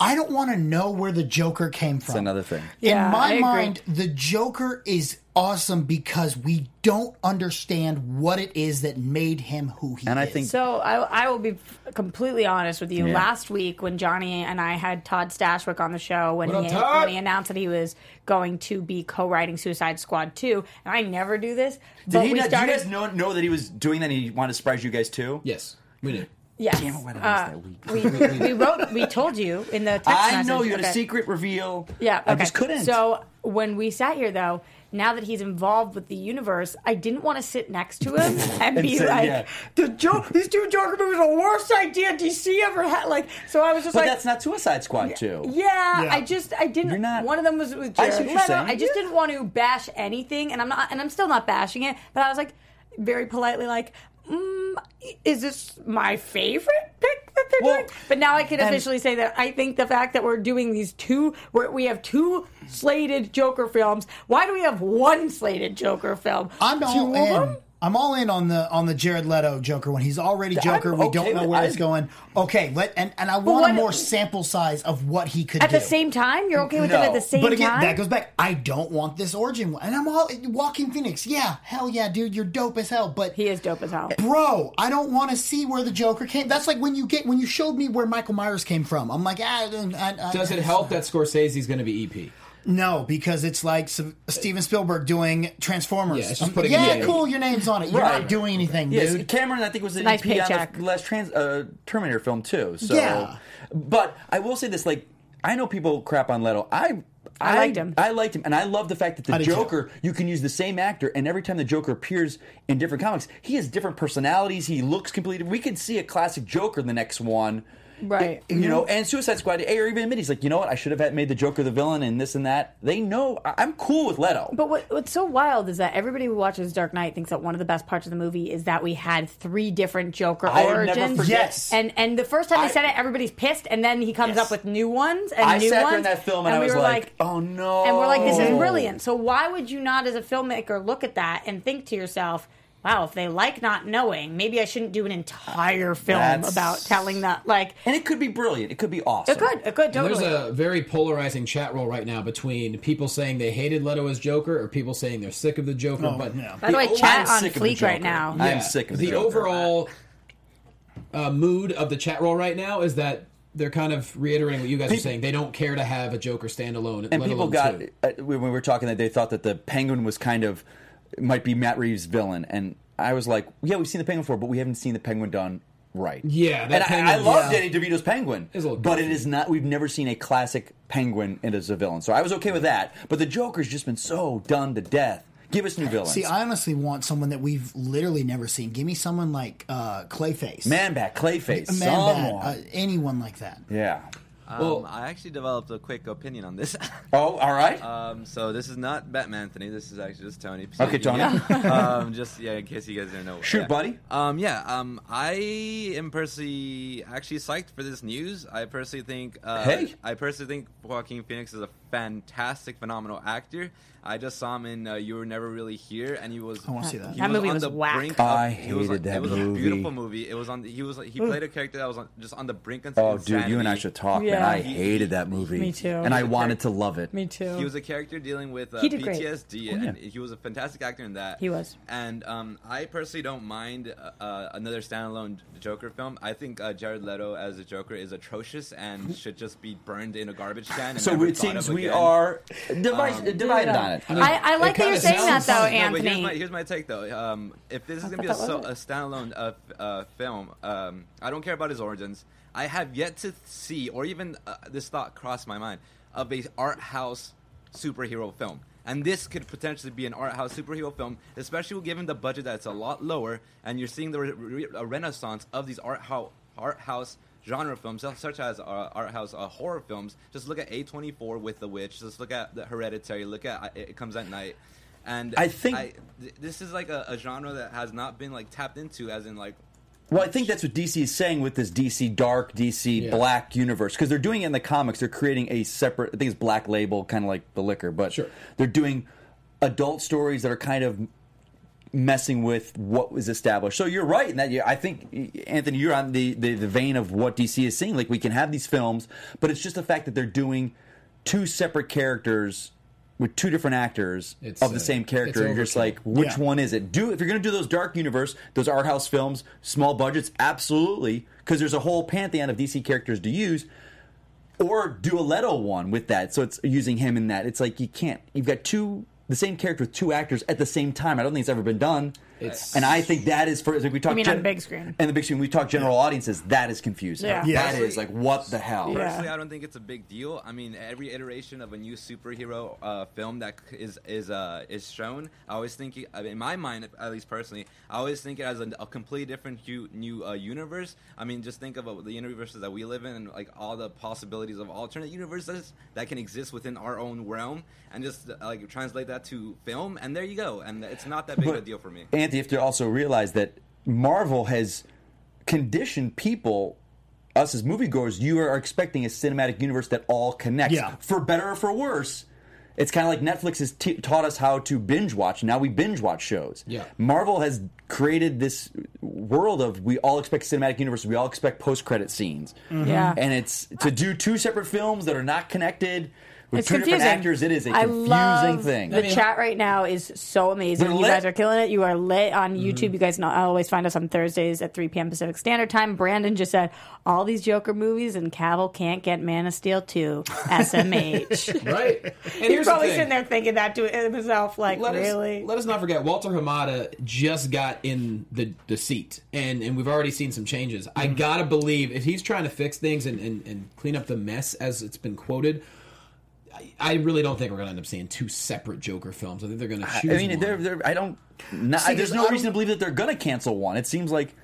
Speaker 7: I don't want to know where the Joker came from.
Speaker 6: another thing.
Speaker 5: Yeah,
Speaker 7: in
Speaker 5: I
Speaker 7: my
Speaker 5: agree.
Speaker 7: mind, the Joker is awesome because we don't understand what it is that made him who he
Speaker 6: And I
Speaker 7: is.
Speaker 6: think-
Speaker 5: So I, I will be completely honest with you. Last week, when Johnny and I had Todd Stashwick on the show, when
Speaker 2: What
Speaker 5: he,
Speaker 2: up, Todd?
Speaker 5: when he announced that he was going to be co-writing Suicide Squad two, and I never do this,
Speaker 6: Did
Speaker 5: but
Speaker 6: he
Speaker 5: we
Speaker 6: not,
Speaker 5: started.
Speaker 6: do you guys know, know that he was doing that and he wanted to surprise you guys too?
Speaker 2: yes, we knew.
Speaker 5: yes,
Speaker 6: Damn it, why did I miss
Speaker 5: uh,
Speaker 6: that week?
Speaker 5: we, we wrote. We told you in the text
Speaker 6: I
Speaker 5: message.
Speaker 6: know you had a
Speaker 5: Okay.
Speaker 6: secret reveal.
Speaker 5: Yeah,
Speaker 6: I
Speaker 5: okay.
Speaker 6: just couldn't.
Speaker 5: So when we sat here, though, now that he's involved with the universe, I didn't want to sit next to him and,
Speaker 6: And
Speaker 5: be
Speaker 6: say,
Speaker 5: like,
Speaker 6: yeah.
Speaker 5: the jo- these two Joker movies are the worst idea DC ever had. Like, so I was just
Speaker 6: But
Speaker 5: like,
Speaker 6: that's not Suicide Squad too.
Speaker 5: yeah,
Speaker 7: Yeah.
Speaker 5: I just I didn't.
Speaker 6: You're not-
Speaker 5: one of them was with
Speaker 6: I see
Speaker 5: Jared
Speaker 6: what you're
Speaker 5: Leto.
Speaker 6: saying.
Speaker 5: I just
Speaker 6: Yeah.
Speaker 5: didn't want to bash anything, and I'm not, and I'm still not bashing it. But I was like, very politely, like, mm, is this my favorite pick that they're
Speaker 6: Well,
Speaker 5: doing? But now I can
Speaker 6: and-
Speaker 5: officially say that I think the fact that we're doing these two, where we have two slated Joker films. Why do we have one slated Joker film?
Speaker 7: I'm
Speaker 5: two
Speaker 7: all
Speaker 5: of
Speaker 7: in.
Speaker 5: them.
Speaker 7: I'm all in on the on the Jared Leto Joker when he's already Joker. we
Speaker 6: okay
Speaker 7: don't know
Speaker 6: with-
Speaker 7: where
Speaker 6: I-
Speaker 7: it's going. Okay, let and, and I
Speaker 5: what-
Speaker 7: want a more sample size of what he could
Speaker 5: At
Speaker 7: do.
Speaker 5: the same time, you're okay with them
Speaker 6: No.
Speaker 5: at the same
Speaker 7: but again,
Speaker 5: time.
Speaker 7: that goes back. I don't want this origin, and I'm all Walking Phoenix. Yeah, hell yeah, dude, you're dope as hell. But
Speaker 5: he is dope as hell.
Speaker 7: bro, I don't want to see where the Joker came. That's like when you get when you showed me where Michael Myers came from. I'm like, ah, I, I,
Speaker 2: Does it help that Scorsese's going to be E EP?
Speaker 7: No, because it's like some, Steven Spielberg doing Transformers.
Speaker 2: Yeah, it's just
Speaker 7: Um,
Speaker 2: putting-
Speaker 7: yeah,
Speaker 2: yeah.
Speaker 7: cool, your name's on it. You're
Speaker 6: Right.
Speaker 7: not doing anything,
Speaker 6: Yes,
Speaker 7: dude.
Speaker 6: Cameron, I think was an
Speaker 5: Nice
Speaker 6: EP on
Speaker 5: paycheck.
Speaker 6: the last trans, uh, Terminator film too. So,
Speaker 7: Yeah.
Speaker 6: but I will say this: like, I know people crap on Leto. I.
Speaker 5: I liked him.
Speaker 6: I liked him, and I love the fact that the
Speaker 7: I did too.
Speaker 6: Joker you can use the same actor, and every time the Joker appears in different comics, he has different personalities. He looks completely. We can see a classic Joker in the next one,
Speaker 5: Right.
Speaker 6: You know, and Suicide Squad, E or even admit he's like, you know what, I should have had made the Joker the villain and this and that. They know I- I'm cool with Leto.
Speaker 5: But what, what's so wild is that everybody who watches Dark Knight thinks that one of the best parts of the movie is that we had three different Joker
Speaker 6: I would
Speaker 5: origins.
Speaker 6: never forget-
Speaker 7: Yes.
Speaker 5: And and the first time
Speaker 6: I-
Speaker 5: he said it, everybody's pissed, and then he comes
Speaker 6: Yes.
Speaker 5: up with new ones and
Speaker 6: I
Speaker 5: new
Speaker 6: sat
Speaker 5: ones.
Speaker 6: during that film and, I
Speaker 5: we
Speaker 6: was
Speaker 5: were
Speaker 6: like, oh no.
Speaker 5: and we're like, this is brilliant. So why would you not, as a filmmaker, look at that and think to yourself? Wow, if they like not knowing, maybe I shouldn't do an entire film
Speaker 6: That's-
Speaker 5: about telling that. Like,
Speaker 6: And it could be brilliant. It could be awesome.
Speaker 5: it could, it could
Speaker 2: And
Speaker 5: totally.
Speaker 2: There's a very polarizing chat roll right now between people saying they hated Leto as Joker or people saying they're sick of the Joker. but
Speaker 5: By the way,
Speaker 2: o-
Speaker 5: chat
Speaker 6: I'm
Speaker 5: on
Speaker 6: sick of the
Speaker 5: Fleek right
Speaker 6: Joker.
Speaker 5: now.
Speaker 6: I'm sick of the, Joker.
Speaker 2: overall uh, mood of the chat roll right now is that they're kind of reiterating what you guys are saying. They don't care to have a Joker standalone.
Speaker 6: And
Speaker 2: let
Speaker 6: people
Speaker 2: alone
Speaker 6: got
Speaker 2: two.
Speaker 6: uh, when we were talking that they thought that the Penguin was kind of might be Matt Reeves' villain, and I was like, yeah, we've seen the Penguin before, but we haven't seen the Penguin done right.
Speaker 2: Yeah, that
Speaker 6: and I, I
Speaker 2: Penguin-
Speaker 6: love
Speaker 2: yeah.
Speaker 6: Danny DeVito's Penguin,
Speaker 2: It's a little
Speaker 6: but it
Speaker 2: goofy.
Speaker 6: is not. We've never seen a classic Penguin and as a villain, so I was okay with that. But the Joker's just been so done to death. Give us new villains.
Speaker 7: See, I honestly want someone that we've literally never seen. Give me someone like uh, Clayface,
Speaker 6: Man back, Clayface,
Speaker 7: Man Bat,
Speaker 6: someone.
Speaker 7: uh, anyone like that.
Speaker 6: yeah.
Speaker 2: Well-
Speaker 8: Um, I actually developed a quick opinion on this.
Speaker 6: Oh, all right.
Speaker 8: um, so this is not Batman Anthony. This is actually just Tony.
Speaker 6: Okay, Tony.
Speaker 8: um, just yeah, in case you guys don't know.
Speaker 6: Shoot,
Speaker 8: yeah.
Speaker 6: buddy.
Speaker 8: Um, yeah. Um, I am personally actually psyched for this news. I personally think. Uh,
Speaker 6: Hey.
Speaker 8: I personally think Joaquin Phoenix is a fantastic, phenomenal actor. I just saw him in uh, You Were Never Really Here, and he was.
Speaker 7: I wanna see that.
Speaker 8: he
Speaker 5: That movie
Speaker 8: on
Speaker 5: was
Speaker 8: the
Speaker 5: whack.
Speaker 8: brink of-
Speaker 6: I
Speaker 8: he was on-
Speaker 6: hated that
Speaker 8: It was
Speaker 6: movie.
Speaker 8: a beautiful movie. It was on. He was. He played a character that was on, just on the brink of
Speaker 6: Oh,
Speaker 8: insanity.
Speaker 6: dude, you and I should talk, man.
Speaker 5: Yeah.
Speaker 6: I hated that movie.
Speaker 5: Me too.
Speaker 6: And I wanted to love it.
Speaker 5: Me too.
Speaker 8: He was a character dealing with uh,
Speaker 5: He did great.
Speaker 6: Oh,
Speaker 8: PTSD, and he was a fantastic actor in that.
Speaker 5: He was.
Speaker 8: And um, I personally don't mind uh, uh, another standalone Joker film. I think uh, Jared Leto as a Joker is atrocious and should just be burned in a garbage can. And
Speaker 6: Mm-hmm. So
Speaker 8: never
Speaker 6: it
Speaker 8: thought
Speaker 6: seems
Speaker 8: of
Speaker 6: we
Speaker 8: again.
Speaker 6: are um, divi- divided on it.
Speaker 5: I, I
Speaker 2: it
Speaker 5: like that you're
Speaker 2: kinda
Speaker 5: saying that
Speaker 2: sounds
Speaker 5: though,
Speaker 2: like-
Speaker 8: No, but
Speaker 5: Anthony.
Speaker 8: here's my, here's my take though. Um, if this is gonna be a,
Speaker 5: thought that
Speaker 8: so, a
Speaker 5: was
Speaker 8: standalone uh, f- uh, film, um, I don't care about his origins. I have yet to see, or even uh, this thought crossed my mind, of a art house superhero film. And this could potentially be an art house superhero film, especially given the budget that's a lot lower, and you're seeing the re- re- a renaissance of these art house art house genre films su- such as uh, art house uh, horror films just look at a24 with the witch just look at the hereditary look at I- it comes at night and
Speaker 6: I think-
Speaker 8: th- this is like a, a genre that has not been like tapped into, as in like
Speaker 6: Well, I think that's what DC is saying with this DC Dark, DC
Speaker 2: Yeah.
Speaker 6: Black universe because they're doing it in the comics. They're creating a separate. I think it's Black Label, kind of like the liquor, but
Speaker 2: Sure.
Speaker 6: they're doing adult stories that are kind of messing with what was established. So you're right in that. You, I think Anthony, you're on the, the the vein of what DC is seeing. Like we can have these films, but it's just the fact that they're doing two separate characters. With two different actors
Speaker 2: It's,
Speaker 6: of the
Speaker 2: uh,
Speaker 6: same character,
Speaker 2: it's
Speaker 6: and you're just
Speaker 2: overkill.
Speaker 6: like, which
Speaker 7: Yeah.
Speaker 6: one is it? Do if you're going to do those dark universe, those art house films, small budgets, absolutely, because there's a whole pantheon of DC characters to use. Or do a Leto one with that, so it's using him in that. It's like you can't. You've got two the same character with two actors at the same time. I don't think it's ever been done.
Speaker 2: It's-
Speaker 6: and I think that is for like we talk
Speaker 5: mean on big screen?
Speaker 6: and the big screen we talk general audiences that is confusing.
Speaker 5: Yeah.
Speaker 7: Yes.
Speaker 6: that is like what the hell.
Speaker 5: Yeah.
Speaker 8: Personally, I don't think it's a big deal. I mean, every iteration of a new superhero uh, film that c- is is uh, is shown, I always think, it- I mean, in my mind, at least personally, I always think it as a, a completely different hu- new uh, universe. I mean, just think of uh, the universes that we live in, and like all the possibilities of alternate universes that can exist within our own realm, and just uh, like translate that to film, and there you go. And it's not that big of a deal for me.
Speaker 6: Anthony, you have to also realize that Marvel has conditioned people, us as moviegoers, you are expecting a cinematic universe that all connects.
Speaker 7: Yeah.
Speaker 6: For better or for worse, it's kind of like Netflix has t- taught us how to binge watch. Now we binge watch shows.
Speaker 2: Yeah.
Speaker 6: Marvel has created this world of we all expect cinematic universe, we all expect post credit scenes.
Speaker 5: Yeah.
Speaker 6: And it's to do two separate films that are not connected with
Speaker 5: It's
Speaker 6: two
Speaker 5: confusing.
Speaker 6: different actors, it is a
Speaker 5: I
Speaker 6: confusing
Speaker 5: love
Speaker 6: thing.
Speaker 5: The chat right now is so amazing.
Speaker 6: They're
Speaker 5: You
Speaker 6: lit. Mm-hmm.
Speaker 5: guys are killing it. You are lit on YouTube. You guys know, always find us on Thursdays at 3 p.m. Pacific Standard Time. Brandon just said, all these Joker movies and Cavill can't get Man of Steel 2. SMH.
Speaker 2: right? And
Speaker 5: He's
Speaker 2: here's the
Speaker 5: probably
Speaker 2: thing.
Speaker 5: sitting there thinking that to himself, like,
Speaker 2: let
Speaker 5: really?
Speaker 2: Us, let us not forget Walter Hamada just got in the, the seat, and and we've already seen some changes. I
Speaker 5: Mm-hmm.
Speaker 2: gotta believe if he's trying to fix things and, and, and clean up the mess as it's been quoted. I- I really don't think we're going to end up seeing two separate Joker films. I think they're going to choose
Speaker 6: I mean,
Speaker 2: one.
Speaker 6: they're, they're, I don't. Not,
Speaker 7: See,
Speaker 6: there's
Speaker 7: there's-
Speaker 6: no
Speaker 7: I
Speaker 6: reason to
Speaker 7: don't-
Speaker 6: believe that they're gonna cancel one. It seems like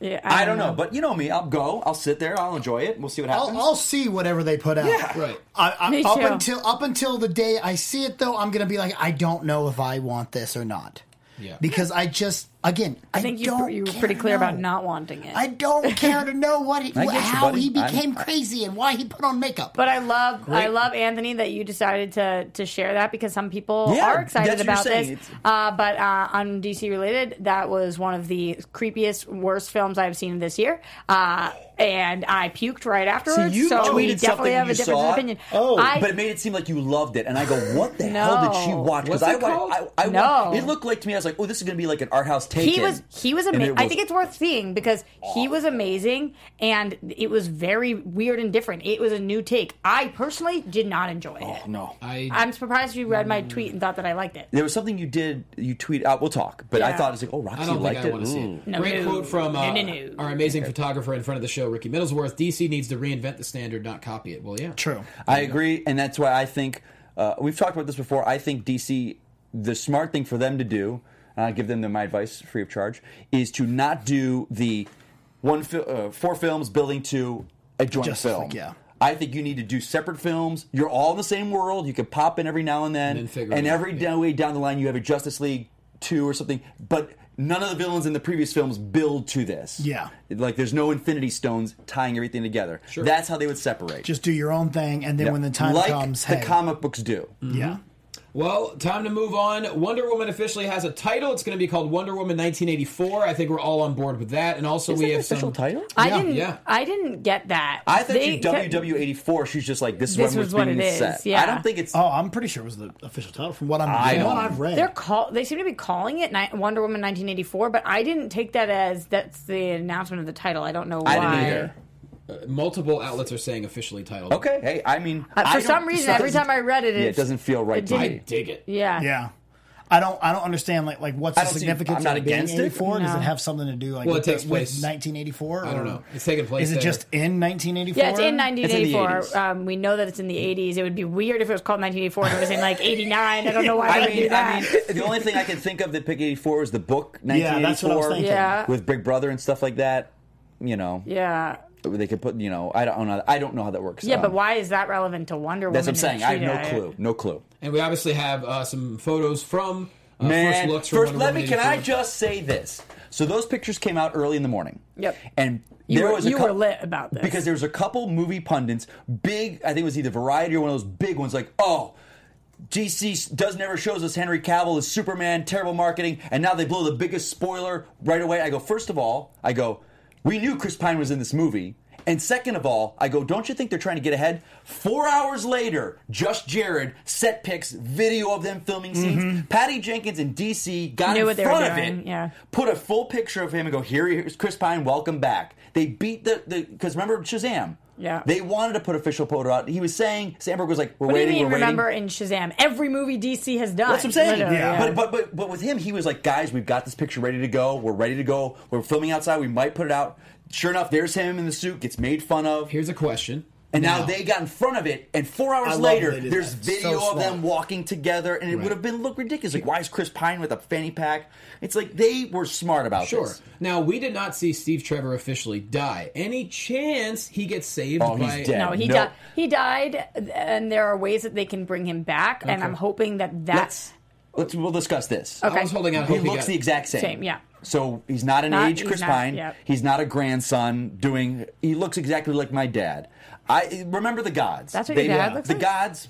Speaker 5: Yeah,
Speaker 6: I, don't know. but you know me. I'll go. I'll sit there. I'll enjoy it. We'll see what happens.
Speaker 7: I'll, I'll see whatever they put out.
Speaker 6: Yeah.
Speaker 2: Right.
Speaker 7: I, I,
Speaker 5: Me
Speaker 7: up
Speaker 5: too.
Speaker 7: until up until the day I see it, though, I'm gonna be like, I don't know if I want this or not.
Speaker 2: Yeah.
Speaker 7: Because I just again, I,
Speaker 5: I think you,
Speaker 7: don't
Speaker 5: you were
Speaker 7: care
Speaker 5: pretty
Speaker 7: to
Speaker 5: clear about
Speaker 7: know.
Speaker 5: not wanting it.
Speaker 7: I don't care to know what he,
Speaker 6: I get you,
Speaker 7: how
Speaker 6: buddy.
Speaker 7: he became
Speaker 6: I'm- I-
Speaker 7: crazy and why he put on makeup.
Speaker 5: But I love I
Speaker 2: Great.
Speaker 5: love Anthony that you decided to to share that because some people
Speaker 6: Yeah,
Speaker 5: are excited
Speaker 6: that's what you're
Speaker 5: about
Speaker 6: saying.
Speaker 5: this.
Speaker 6: It's-
Speaker 5: Uh, but uh, on DC related, that was one of the creepiest, worst films I've seen this year, uh, and I puked right afterwards.
Speaker 6: you
Speaker 5: so we definitely
Speaker 6: tweeted something
Speaker 5: have
Speaker 6: you
Speaker 5: a difference
Speaker 6: saw.
Speaker 5: of opinion.
Speaker 6: Oh,
Speaker 5: I,
Speaker 6: but it made it seem like you loved it, and I go, "What the hell did she
Speaker 5: No.
Speaker 6: watch?" Because
Speaker 2: What's
Speaker 6: I,
Speaker 2: it called?
Speaker 6: wa- I, I,
Speaker 5: No.
Speaker 6: wa- it looked like to me. I was like, "Oh, this is gonna be like an art house taken."
Speaker 5: he was he was
Speaker 6: And
Speaker 5: amazing.
Speaker 6: it
Speaker 5: I
Speaker 6: was-
Speaker 5: think it's worth seeing because he was amazing and it was very weird and different. It was a new take. I personally did not enjoy it.
Speaker 6: no.
Speaker 2: I,
Speaker 5: I'm surprised you read my tweet and thought that I liked it.
Speaker 6: There was something you did. You tweet out. We'll talk. But I
Speaker 5: Yeah.
Speaker 6: thought it was like, "Oh, Roxy
Speaker 2: I don't
Speaker 6: liked
Speaker 2: think I want
Speaker 6: it."
Speaker 2: to see
Speaker 6: Ooh.
Speaker 2: it. Great
Speaker 5: no,
Speaker 2: quote from uh,
Speaker 5: no, no.
Speaker 2: our amazing photographer in front of the show, Ricky Middlesworth. DC needs to reinvent the standard, not copy it. Well, yeah,
Speaker 7: True.
Speaker 6: I agree, and that's why I think uh, we've talked about this before. I think DC, the smart thing for them to do, and I give them the, my advice free of charge, is to not do the one fil- uh, four films building to a joint
Speaker 7: Justice
Speaker 6: film.
Speaker 7: League, yeah.
Speaker 6: I think you need to do separate films. You're all in the same world. You can pop in every now and
Speaker 2: And
Speaker 6: then,
Speaker 2: then
Speaker 6: and,
Speaker 2: figure it out,
Speaker 6: every
Speaker 2: yeah.
Speaker 6: down- way down the line, you have a Justice League two or something, but. None of the villains in the previous films build to this.
Speaker 7: Yeah.
Speaker 6: Like there's no Infinity Stones tying everything together. Sure. That's how they would separate.
Speaker 7: Just do your own thing, and then
Speaker 6: Yeah.
Speaker 7: when the time
Speaker 6: like
Speaker 7: comes,
Speaker 6: the Hmm?
Speaker 7: hey,
Speaker 6: comic books do.
Speaker 5: Mm-hmm.
Speaker 7: yeah.
Speaker 2: Well, time to move on. Wonder Woman officially has a title. It's going to be called Wonder Woman 1984. I think we're all on board with that. And also, we
Speaker 6: that an
Speaker 2: have
Speaker 6: official
Speaker 2: some
Speaker 6: title?
Speaker 5: I
Speaker 2: Yeah,
Speaker 5: didn't.
Speaker 2: yeah.
Speaker 5: I didn't get that.
Speaker 6: I thought
Speaker 5: They-
Speaker 6: you WW eighty four. E She's just like this is
Speaker 5: This
Speaker 6: when
Speaker 5: was
Speaker 6: it's
Speaker 5: what
Speaker 6: being
Speaker 5: it is,
Speaker 6: set.
Speaker 5: yeah.
Speaker 6: I don't think it's.
Speaker 7: Oh, I'm pretty sure it was the official title from what I'm
Speaker 6: I
Speaker 7: from what
Speaker 6: don't-
Speaker 7: I've read.
Speaker 5: They're call. They seem to be calling it Ni- Wonder Woman 1984, but I didn't take that as that's the announcement of the title. I don't know why.
Speaker 6: I didn't either.
Speaker 2: multiple outlets are saying officially titled.
Speaker 6: Okay, hey, I mean,
Speaker 5: Uh,
Speaker 6: I
Speaker 5: for
Speaker 6: don't-
Speaker 5: some reason, every
Speaker 6: doesn't-
Speaker 5: time I read it,
Speaker 6: yeah, it
Speaker 5: it's-
Speaker 6: doesn't feel right
Speaker 5: it
Speaker 6: to
Speaker 5: didn't-
Speaker 2: I
Speaker 6: me.
Speaker 2: dig it.
Speaker 5: Yeah.
Speaker 7: yeah. I don't. I don't understand. Like, like what's
Speaker 6: I
Speaker 7: the
Speaker 6: don't see-
Speaker 7: significance?
Speaker 6: I'm not
Speaker 7: of it being
Speaker 6: against it.
Speaker 7: 84? Does
Speaker 5: No.
Speaker 7: it have something to do? Like,
Speaker 2: Well, it
Speaker 7: with,
Speaker 2: takes
Speaker 7: the-
Speaker 2: place-
Speaker 7: with 1984.
Speaker 2: I don't
Speaker 7: or-
Speaker 2: know. It's taking place
Speaker 7: Is it
Speaker 2: there.
Speaker 7: just in 1984?
Speaker 5: Yeah, it's in
Speaker 6: It's in the 80s.
Speaker 5: 1984. Um, we know that it's in the 80s. It would be weird if it was called 1984 and it was in like 89. I don't know why
Speaker 6: I
Speaker 5: they would do
Speaker 6: mean, I
Speaker 5: that.
Speaker 6: mean, the only thing I can think of that pick eighty four is the book
Speaker 7: Yeah,
Speaker 6: nineteen eighty
Speaker 7: that's what I was
Speaker 6: four
Speaker 7: thinking.
Speaker 5: Yeah.
Speaker 6: with Big Brother and stuff like that. You know,
Speaker 5: yeah.
Speaker 6: they could put. You know, I don't know. I don't know how that works.
Speaker 5: Yeah,
Speaker 6: Um,
Speaker 5: but why is that relevant to Wonder Woman?
Speaker 6: That's what I'm saying.
Speaker 5: and
Speaker 6: I have no
Speaker 5: Cheetah?
Speaker 6: clue. No clue.
Speaker 2: And we obviously have uh, some photos from uh,
Speaker 6: Man,
Speaker 2: first looks for Wonder
Speaker 6: let
Speaker 2: Woman
Speaker 6: me. Can I
Speaker 2: 84.
Speaker 6: just say this? So those pictures came out early in the morning.
Speaker 5: Yep.
Speaker 6: And
Speaker 5: You,
Speaker 6: there
Speaker 5: were,
Speaker 6: was a
Speaker 5: you
Speaker 6: cou-
Speaker 5: were lit about this.
Speaker 6: because there was a couple movie pundits, big. I think it was either Variety or one of those big ones. Like, oh, DC does never shows us Henry Cavill as Superman. Terrible marketing, and now they blow the biggest spoiler right away. I go. First of all, I go. We knew Chris Pine was in this movie. And second of all, I go, don't you think they're trying to get ahead? Four hours later, Just Jared, set pics, video of them filming scenes. Patty Jenkins and DC got
Speaker 5: Mm-hmm. Knew
Speaker 6: in
Speaker 5: what they were
Speaker 6: front of
Speaker 5: doing,
Speaker 6: it
Speaker 5: yeah.
Speaker 6: put a full picture of him and go, here he is, Chris Pine, welcome back. They beat the, the because remember Shazam,
Speaker 5: Yeah.
Speaker 6: They wanted to put official Potter out. He was saying Sandberg was like, "We're
Speaker 5: What do you
Speaker 6: waiting,
Speaker 5: mean?
Speaker 6: we're
Speaker 5: Remember
Speaker 6: waiting."
Speaker 5: in Shazam, every movie DC has done.
Speaker 6: That's what I'm saying.
Speaker 5: literally,
Speaker 2: Yeah.
Speaker 6: But, but but but with him, he was like, "Guys, we've got this picture ready to go. We're ready to go. We're filming outside. We might put it out." Sure enough, there's him in the suit, gets made fun of.
Speaker 2: Here's a question.
Speaker 6: And now, they got in front of it, and four
Speaker 2: I
Speaker 6: hours
Speaker 2: love
Speaker 6: later,
Speaker 2: that they did
Speaker 6: there's
Speaker 2: that.
Speaker 6: video
Speaker 2: So
Speaker 6: of them
Speaker 2: smart.
Speaker 6: walking together, and it
Speaker 2: Right.
Speaker 6: would have been look ridiculous. Like, why is Chris Pine with a fanny pack? It's like they were smart about
Speaker 2: Sure.
Speaker 6: this.
Speaker 2: Now we did not see Steve Trevor officially die. Any chance he gets saved?
Speaker 6: Oh, he's
Speaker 2: by,
Speaker 6: dead.
Speaker 5: No, he
Speaker 6: No.
Speaker 5: died. He died, and there are ways that they can bring him back, and I'm hoping that that's
Speaker 6: Let's let's we'll discuss this.
Speaker 5: Okay.
Speaker 2: I was holding out.
Speaker 6: He
Speaker 2: hope he
Speaker 6: looks
Speaker 2: got-
Speaker 6: the exact same.
Speaker 5: Same, yeah.
Speaker 6: So he's not an
Speaker 5: Not-
Speaker 6: age
Speaker 5: he's
Speaker 6: Chris
Speaker 5: not-
Speaker 6: Pine.
Speaker 5: yep.
Speaker 6: He's not a grandson doing. He looks exactly like my dad. I remember the gods.
Speaker 5: That's what your dad looks
Speaker 6: The
Speaker 5: like?
Speaker 6: gods.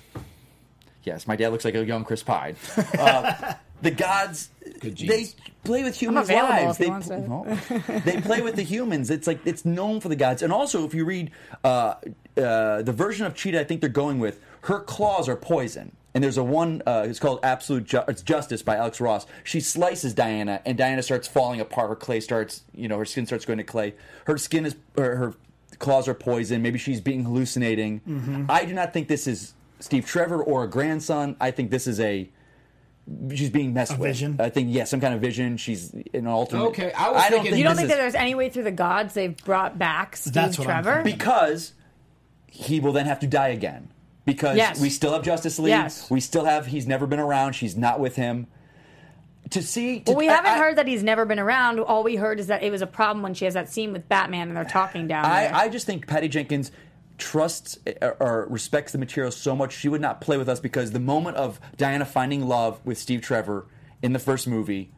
Speaker 6: Yes, my dad looks like a young Chris Pine. Uh, the gods. They
Speaker 2: genes.
Speaker 6: play with humans'
Speaker 5: available if
Speaker 6: lives.
Speaker 5: he
Speaker 6: They,
Speaker 5: wants
Speaker 6: pl-
Speaker 5: it.
Speaker 6: no. they play with the humans. It's like it's known for the gods. And also, if you read uh, uh, the version of Cheetah, I think they're going with her claws are poison. And there's a one. Uh, it's called Absolute Ju- it's Justice by Alex Ross. She slices Diana, and Diana starts falling apart. Her clay starts, you know, her skin starts going to clay. Her skin is her, her claws are poison. Maybe she's being hallucinating. I do not think this is Steve Trevor or a grandson. I think this is a. She's being messed with.
Speaker 7: vision?
Speaker 6: I think, yeah, some kind of vision. She's an alternate.
Speaker 2: Okay, I was
Speaker 6: don't
Speaker 2: thinking-
Speaker 6: think
Speaker 5: you don't
Speaker 6: this
Speaker 5: think
Speaker 6: is-
Speaker 5: that there's any way through the gods they've brought back Steve
Speaker 7: That's what I'm
Speaker 5: Trevor.
Speaker 7: thinking.
Speaker 6: because he will then have to die again. Because
Speaker 5: Yes.
Speaker 6: we still have Justice League.
Speaker 5: Yes.
Speaker 6: We still have he's never been around. She's not with him. To see, to,
Speaker 5: Well, we
Speaker 6: I-
Speaker 5: haven't
Speaker 6: I-
Speaker 5: heard that he's never been around. All we heard is that it was a problem when she has that scene with Batman and they're talking down there.
Speaker 6: I, I just think Patty Jenkins trusts or, or respects the material so much she would not play with us because the moment of Diana finding love with Steve Trevor in the first movie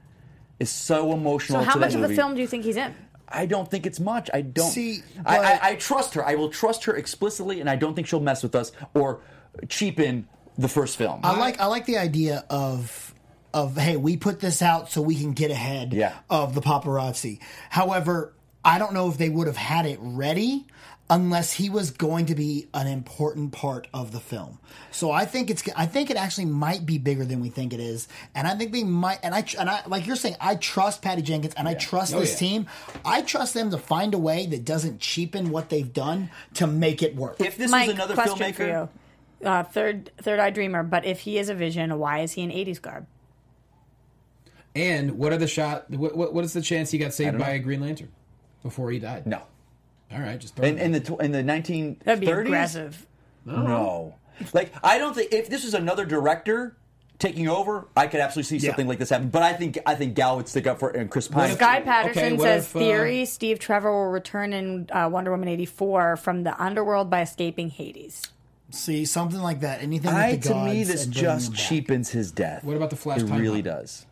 Speaker 6: is so
Speaker 5: so,
Speaker 6: emotional.
Speaker 5: how
Speaker 6: to
Speaker 5: much
Speaker 6: that
Speaker 5: of the
Speaker 6: movie.
Speaker 5: film do you think he's in?
Speaker 6: I don't think it's much. I don't
Speaker 7: See,
Speaker 6: I,
Speaker 7: but-
Speaker 6: I, I trust her. I will trust her explicitly, and I don't think she'll mess with us or cheapen the first film.
Speaker 7: I like I like the idea of of hey, we put this out so we can get ahead
Speaker 6: Yeah.
Speaker 7: of the paparazzi. However, I don't know if they would have had it ready unless he was going to be an important part of the film. So I think it's I think it actually might be bigger than we think it is. And I think they might and I tr- and I like you're saying I trust Patty Jenkins and I trust
Speaker 2: Oh,
Speaker 7: this
Speaker 2: yeah.
Speaker 7: team. I trust them to find a way that doesn't cheapen what they've done to make it work.
Speaker 6: if this
Speaker 5: Mike,
Speaker 6: was another
Speaker 5: question
Speaker 6: filmmaker,
Speaker 5: for you. Uh, third, third eye dreamer. But if he is a vision, why is he in '80s garb?
Speaker 2: And what are the shot? What, what, what is the chance he got saved by a Green Lantern before he died?
Speaker 6: no.
Speaker 2: All right, just throw
Speaker 6: In,
Speaker 2: it
Speaker 6: in the tw- in the nineteen
Speaker 5: That'd be
Speaker 6: thirties,
Speaker 5: aggressive.
Speaker 6: no. Like I don't think if this was another director taking over, I could absolutely see
Speaker 7: Yeah.
Speaker 6: something like this happen. But I think I think Gal would stick up for and Chris Pine.
Speaker 5: Guy Patterson
Speaker 2: Okay, what
Speaker 5: says
Speaker 2: if, uh,
Speaker 5: theory: Steve Trevor will return in uh, Wonder Woman '84 from the underworld by escaping Hades.
Speaker 7: See something like that. Anything
Speaker 6: I
Speaker 7: with the
Speaker 6: to me
Speaker 7: gods
Speaker 6: this
Speaker 7: and bringing
Speaker 6: just
Speaker 7: them back.
Speaker 6: cheapens his death.
Speaker 2: What about the Flash
Speaker 6: It
Speaker 2: timeline?
Speaker 6: really does.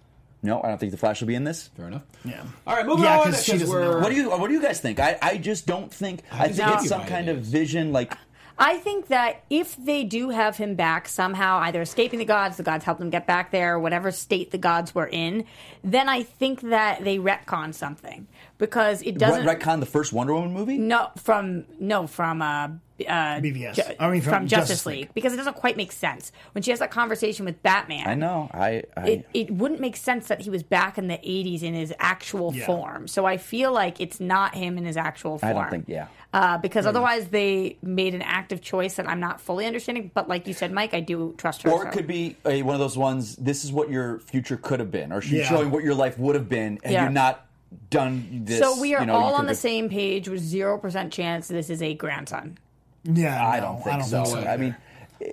Speaker 6: No, I don't think the Flash will be in this.
Speaker 2: Fair enough.
Speaker 7: Yeah.
Speaker 2: All right, moving
Speaker 7: Yeah,
Speaker 2: on.
Speaker 7: 'cause she
Speaker 2: because
Speaker 7: doesn't
Speaker 2: we're-
Speaker 7: know.
Speaker 6: What do you What do you guys think? I, I just don't think. I
Speaker 2: does
Speaker 6: think
Speaker 2: it
Speaker 6: it's
Speaker 2: get
Speaker 6: some
Speaker 2: you
Speaker 6: kind of
Speaker 2: ideas?
Speaker 6: vision. Like
Speaker 5: I think that if they do have him back somehow, either escaping the gods, the gods helped him get back there, whatever state the gods were in, then I think that they retcon something because it
Speaker 6: what,
Speaker 5: doesn't
Speaker 6: retcon the first Wonder Woman movie.
Speaker 5: no from no from uh, uh
Speaker 7: BVS.
Speaker 5: Ju-
Speaker 7: I mean,
Speaker 5: from,
Speaker 7: from
Speaker 5: Justice,
Speaker 7: Justice
Speaker 5: League.
Speaker 7: League.
Speaker 5: because it doesn't quite make sense when she has that conversation with Batman.
Speaker 6: I know. I, I
Speaker 5: It, it wouldn't make sense that he was back in the 80s in his actual
Speaker 7: Yeah.
Speaker 5: form. So I feel like it's not him in his actual form.
Speaker 6: I don't think. Yeah. Mm-hmm.
Speaker 5: Uh, because otherwise they made an active choice that I'm not fully understanding. But like you said, Mike, I do trust her.
Speaker 6: Or
Speaker 5: so-
Speaker 6: it could be a, one of those ones. This is what your future could have been, or she's
Speaker 7: Yeah.
Speaker 6: showing what your life would have been, and
Speaker 5: Yeah.
Speaker 6: you're not done this.
Speaker 5: So we are
Speaker 6: you know, you
Speaker 5: all on
Speaker 6: could've-
Speaker 5: the same page with 0% chance this is a grandson.
Speaker 7: Yeah,
Speaker 6: I
Speaker 7: no,
Speaker 6: don't think so.
Speaker 2: so.
Speaker 6: I mean,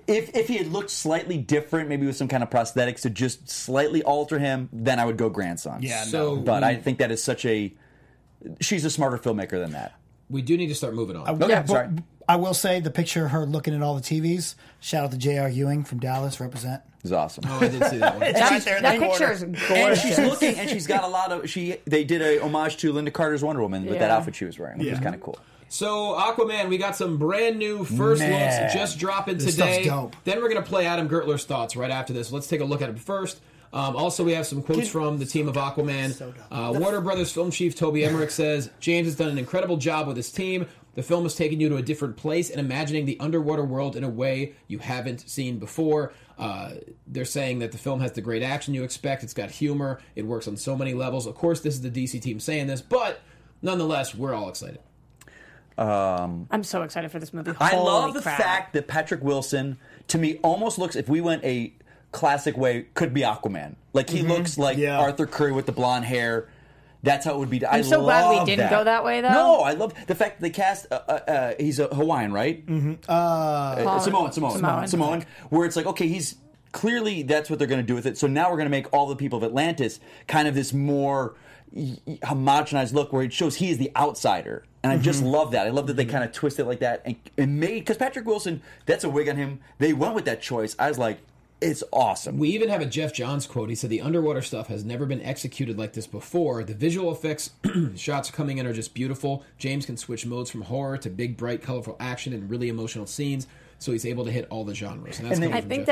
Speaker 6: if if he had looked slightly different, maybe with some kind of prosthetics to just slightly alter him, then I would go grandson.
Speaker 7: Yeah,
Speaker 2: So
Speaker 6: but
Speaker 2: we,
Speaker 6: I think that is such a. She's a smarter filmmaker than that.
Speaker 2: we do need to start moving on.
Speaker 6: Okay,
Speaker 7: but
Speaker 6: sorry.
Speaker 7: I will say the picture of her looking at all the TVs. Shout out to J.R. Ewing from Dallas. Represent.
Speaker 6: It's awesome.
Speaker 2: I did see that one.
Speaker 6: And
Speaker 5: That,
Speaker 6: she's-
Speaker 7: there in
Speaker 5: that
Speaker 7: the
Speaker 5: picture
Speaker 7: corner.
Speaker 5: is
Speaker 6: and
Speaker 5: gorgeous.
Speaker 6: she's looking, and she's got a lot of. She they did a homage to Linda Carter's Wonder Woman with that
Speaker 5: Yeah.
Speaker 6: outfit she was wearing, which was kind of cool.
Speaker 2: So Aquaman, we got some brand new first
Speaker 6: Man.
Speaker 2: looks just dropping
Speaker 7: This stuff's
Speaker 2: today.
Speaker 7: dope.
Speaker 2: Then we're gonna play Adam Gertler's thoughts right after this. Let's take a look at it first. Um, also, we have some quotes from the team of Aquaman. uh, Warner Brothers film chief Toby Emmerich says James has done an incredible job with his team. The film has taken you to a different place and imagining the underwater world in a way you haven't seen before. Uh, they're saying that the film has the great action you expect. It's got humor. It works on so many levels. Of course, this is the DC team saying this, but nonetheless, we're all excited.
Speaker 6: Um,
Speaker 5: I'm so excited for this movie.
Speaker 6: I
Speaker 5: Holy
Speaker 6: love the
Speaker 5: crap.
Speaker 6: fact that Patrick Wilson, to me, almost looks if we went a classic way, could be Aquaman. Like
Speaker 5: Mm-hmm.
Speaker 6: he looks like
Speaker 7: Yeah.
Speaker 6: Arthur Curry with the blonde hair. That's how it would be. I'm
Speaker 5: so glad we didn't go that way, though.
Speaker 6: No, I love the fact that they cast. Uh, uh, uh, he's a Hawaiian, right? Mm-hmm. Uh, Samoan, Samoan, Samoan,
Speaker 5: Samoan.
Speaker 6: Where it's like, okay, he's clearly that's what they're going to do with it. So now we're going to make all the people of Atlantis kind of this more y- y- homogenized look, where it shows he is the outsider. And I
Speaker 5: Mm-hmm.
Speaker 6: just love that. I love that they kind of twist it like that and, and made because Patrick Wilson, that's a wig on him. They went with that choice. I was like, it's awesome.
Speaker 2: We even have a Jeff Johns quote. He said, The underwater stuff has never been executed like this before. The visual effects shots coming in are just beautiful. James can switch modes from horror to big, bright, colorful action and really emotional scenes, so he's able to hit all the genres. And that's
Speaker 6: And they-
Speaker 2: coming
Speaker 5: I
Speaker 2: from
Speaker 5: think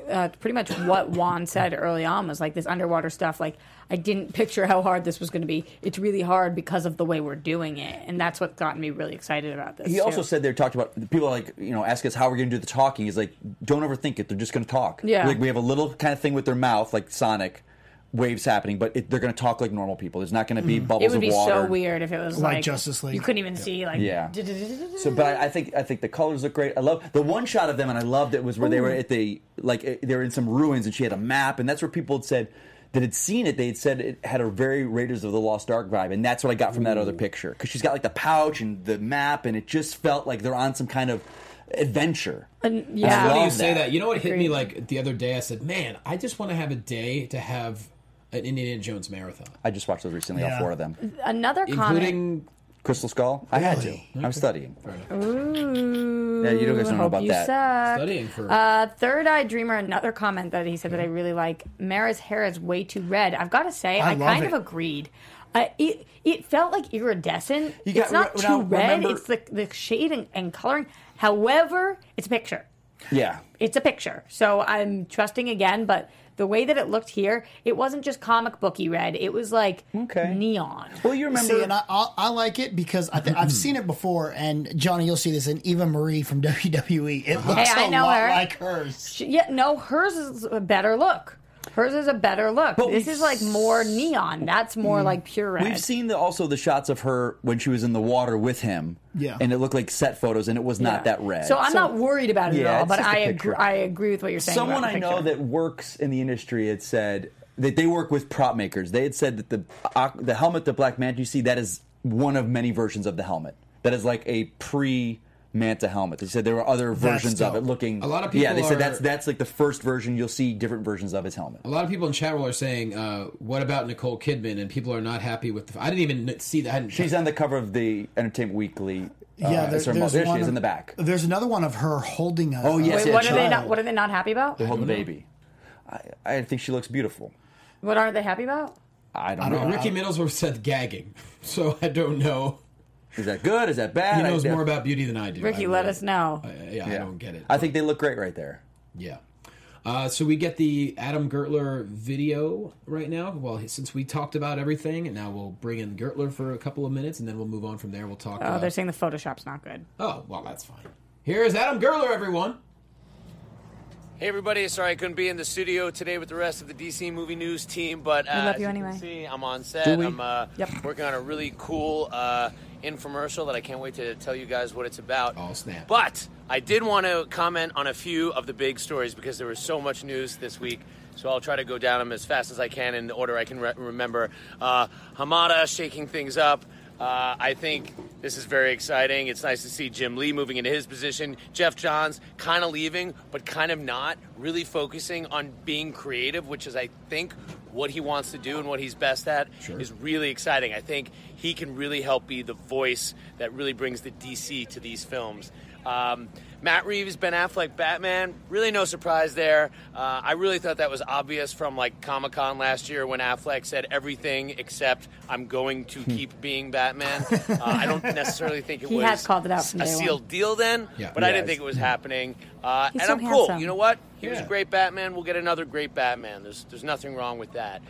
Speaker 2: Jeff
Speaker 5: that uh, pretty much what Juan said early on was like this underwater stuff. Like I didn't picture how hard this was going to be. It's really hard because of the way we're doing it, and that's what got me really excited about this.
Speaker 6: He also
Speaker 5: too.
Speaker 6: said they talked about people like you know ask us how we're going to do the talking. He's like, don't overthink it. They're just going to talk.
Speaker 5: Yeah.
Speaker 6: Like we have a little kind of thing with their mouth, like Sonic waves happening, but it, they're going to talk like normal people. There's not going to be bubbles
Speaker 5: Mm. it would
Speaker 6: of
Speaker 5: be
Speaker 6: water.
Speaker 5: so weird if it was
Speaker 7: Like
Speaker 5: like,
Speaker 7: Justice League.
Speaker 5: You couldn't even see like
Speaker 6: Yeah. So, but I, I think I think the colors look great. I love the one shot of them, and I loved it was where they were at the like eh, they were in some ruins, and she had a map, and that's where people had said that had seen it. They had said it had a very Raiders of the Lost Ark vibe, and that's what I got from that other picture because she's got like the pouch and the map, and it just felt like they're on some kind of adventure.
Speaker 5: And,
Speaker 6: I
Speaker 5: yeah.
Speaker 2: Funny
Speaker 6: love
Speaker 2: you say
Speaker 6: that.
Speaker 2: that. You know what hit me like the other day? I said, "Man, I just want to have a day to have an Indiana Jones marathon,
Speaker 6: I just watched those recently, all
Speaker 7: Yeah.
Speaker 6: four of them.
Speaker 5: another comment.
Speaker 2: including
Speaker 6: Crystal Skull. I had to.
Speaker 7: Really?
Speaker 6: I'm studying.
Speaker 5: Ooh,
Speaker 6: Yeah, you guys don't know
Speaker 5: hope
Speaker 6: about
Speaker 5: you
Speaker 6: that.
Speaker 5: suck.
Speaker 2: studying for."
Speaker 5: Uh, Third Eye Dreamer, another comment that he said that I
Speaker 6: Mm-hmm.
Speaker 5: really like. Mara's hair is way too red. I've got to say,
Speaker 7: I
Speaker 5: I,
Speaker 7: love
Speaker 5: kind
Speaker 7: it.
Speaker 5: of agreed. Uh, it it felt like iridescent.
Speaker 6: You got
Speaker 5: it's not
Speaker 6: re-
Speaker 5: too
Speaker 6: now,
Speaker 5: red.
Speaker 6: remember-
Speaker 5: it's the the shade and, and coloring. However, it's a picture.
Speaker 6: Yeah.
Speaker 5: It's a picture, so I'm trusting again. But the way that it looked here, it wasn't just comic booky red. It was like
Speaker 6: Okay.
Speaker 5: neon.
Speaker 6: Well, you remember.
Speaker 7: See, and I, I, I like it because I think I've seen it before. And Johnny, you'll see this in Eva Marie from WWE.
Speaker 6: Uh-huh.
Speaker 7: It looks
Speaker 5: Hey, I
Speaker 7: a
Speaker 5: know
Speaker 7: lot
Speaker 5: her.
Speaker 7: like hers.
Speaker 5: Yeah, no, hers is a better look. Hers is a better look.
Speaker 6: But
Speaker 5: this
Speaker 6: we've mm-hmm.
Speaker 5: is like more neon. That's more like pure red.
Speaker 6: We've seen the, also the shots of her when she was in the water with him.
Speaker 7: Yeah.
Speaker 6: And it looked like set photos, and it was not
Speaker 5: Yeah.
Speaker 6: that red.
Speaker 5: So I'm not worried about it
Speaker 6: Yeah,
Speaker 5: at all,
Speaker 6: it's
Speaker 5: but
Speaker 6: just a
Speaker 5: I agree,
Speaker 6: picture.
Speaker 5: I agree with what you're saying.
Speaker 6: Someone
Speaker 5: about the
Speaker 6: I know
Speaker 5: picture.
Speaker 6: that works in the industry had said that they work with prop makers. They had said that the Aqu- the helmet the Black Manta you see that is one of many versions of the helmet. That is like a pre Manta helmet. They said there were other versions of
Speaker 7: dope.
Speaker 6: it looking.
Speaker 2: A lot of
Speaker 6: Yeah, they
Speaker 2: people
Speaker 6: said
Speaker 2: are-
Speaker 6: that's that's like the first version. You'll see different versions of his helmet.
Speaker 2: a lot of people in chat roll are saying, uh, "What about Nicole Kidman?" And people are not happy with. the I didn't even n- see that. I hadn't
Speaker 6: She's on the cover of the Entertainment Weekly. Uh,
Speaker 7: Yeah, there-
Speaker 6: it's her mother.
Speaker 7: there's
Speaker 6: there
Speaker 7: one
Speaker 6: she is
Speaker 7: of-
Speaker 6: in the back.
Speaker 7: There's another one of her holding a.
Speaker 6: Oh, yes,
Speaker 5: Wait,
Speaker 6: yeah,
Speaker 5: what
Speaker 6: she-
Speaker 5: are they not? What are they not happy about?
Speaker 6: Hold the baby. I, I think she looks beautiful.
Speaker 5: What aren't they happy about?
Speaker 6: I don't, know.
Speaker 2: Ricky Middlesworth said gagging, so I don't know.
Speaker 6: Is that good? Is that bad?
Speaker 2: He knows
Speaker 6: I,
Speaker 2: more about beauty than I do.
Speaker 5: Ricky,
Speaker 2: I
Speaker 5: let
Speaker 2: really-
Speaker 5: us know.
Speaker 4: uh,
Speaker 2: I- yeah, I
Speaker 6: Yeah.
Speaker 2: don't get it.
Speaker 6: I think they look great right there.
Speaker 2: Yeah. Uh, so we get the Adam Gertler video right now. Well, since we talked about everything, and now we'll bring in Gertler for a couple of minutes, and then we'll move on from there. We'll talk.
Speaker 5: Oh,
Speaker 2: uh,
Speaker 5: they're saying the Photoshop's not good.
Speaker 2: oh well, that's fine. Here is Adam Gertler, everyone.
Speaker 4: Hey everybody, sorry I couldn't be in the studio today with the rest of the DC movie news team, but uh,
Speaker 5: love
Speaker 4: as
Speaker 5: you
Speaker 4: can
Speaker 5: anyway.
Speaker 4: see, I'm on set.
Speaker 6: Do we?
Speaker 4: I'm uh,
Speaker 5: Yep.
Speaker 4: working on a really cool uh, infomercial that I can't wait to tell you guys what it's about.
Speaker 2: Oh, snap.
Speaker 4: But I did want to comment on a few of the big stories because there was so much news this week. So I'll try to go down them as fast as I can in the order I can re- remember. Uh, Hamada shaking things up. Uh, I think this is very exciting. It's nice to see Jim Lee moving into his position. Jeff Johns kind of leaving, but kind of not. Really focusing on being creative, which is, I think, what he wants to do and what he's best at is really exciting. I think he can really help be the voice that really brings the DC to these films. Um, Matt Reeves, Ben Affleck, Batman. Really, no surprise there. Uh, I really thought that was obvious from like Comic Con last year when Affleck said everything except "I'm going to keep being Batman." Uh, I don't necessarily think it
Speaker 5: He
Speaker 4: was
Speaker 5: has called it out from
Speaker 4: a
Speaker 5: day one.
Speaker 4: sealed deal then,
Speaker 2: Yeah.
Speaker 4: but I
Speaker 2: Yeah,
Speaker 4: didn't think it was happening. Uh,
Speaker 5: He's
Speaker 4: and
Speaker 5: so
Speaker 4: I'm cool.
Speaker 5: handsome.
Speaker 4: You know what? He was a
Speaker 2: Yeah.
Speaker 4: great Batman. We'll get another great Batman. There's there's nothing wrong with that.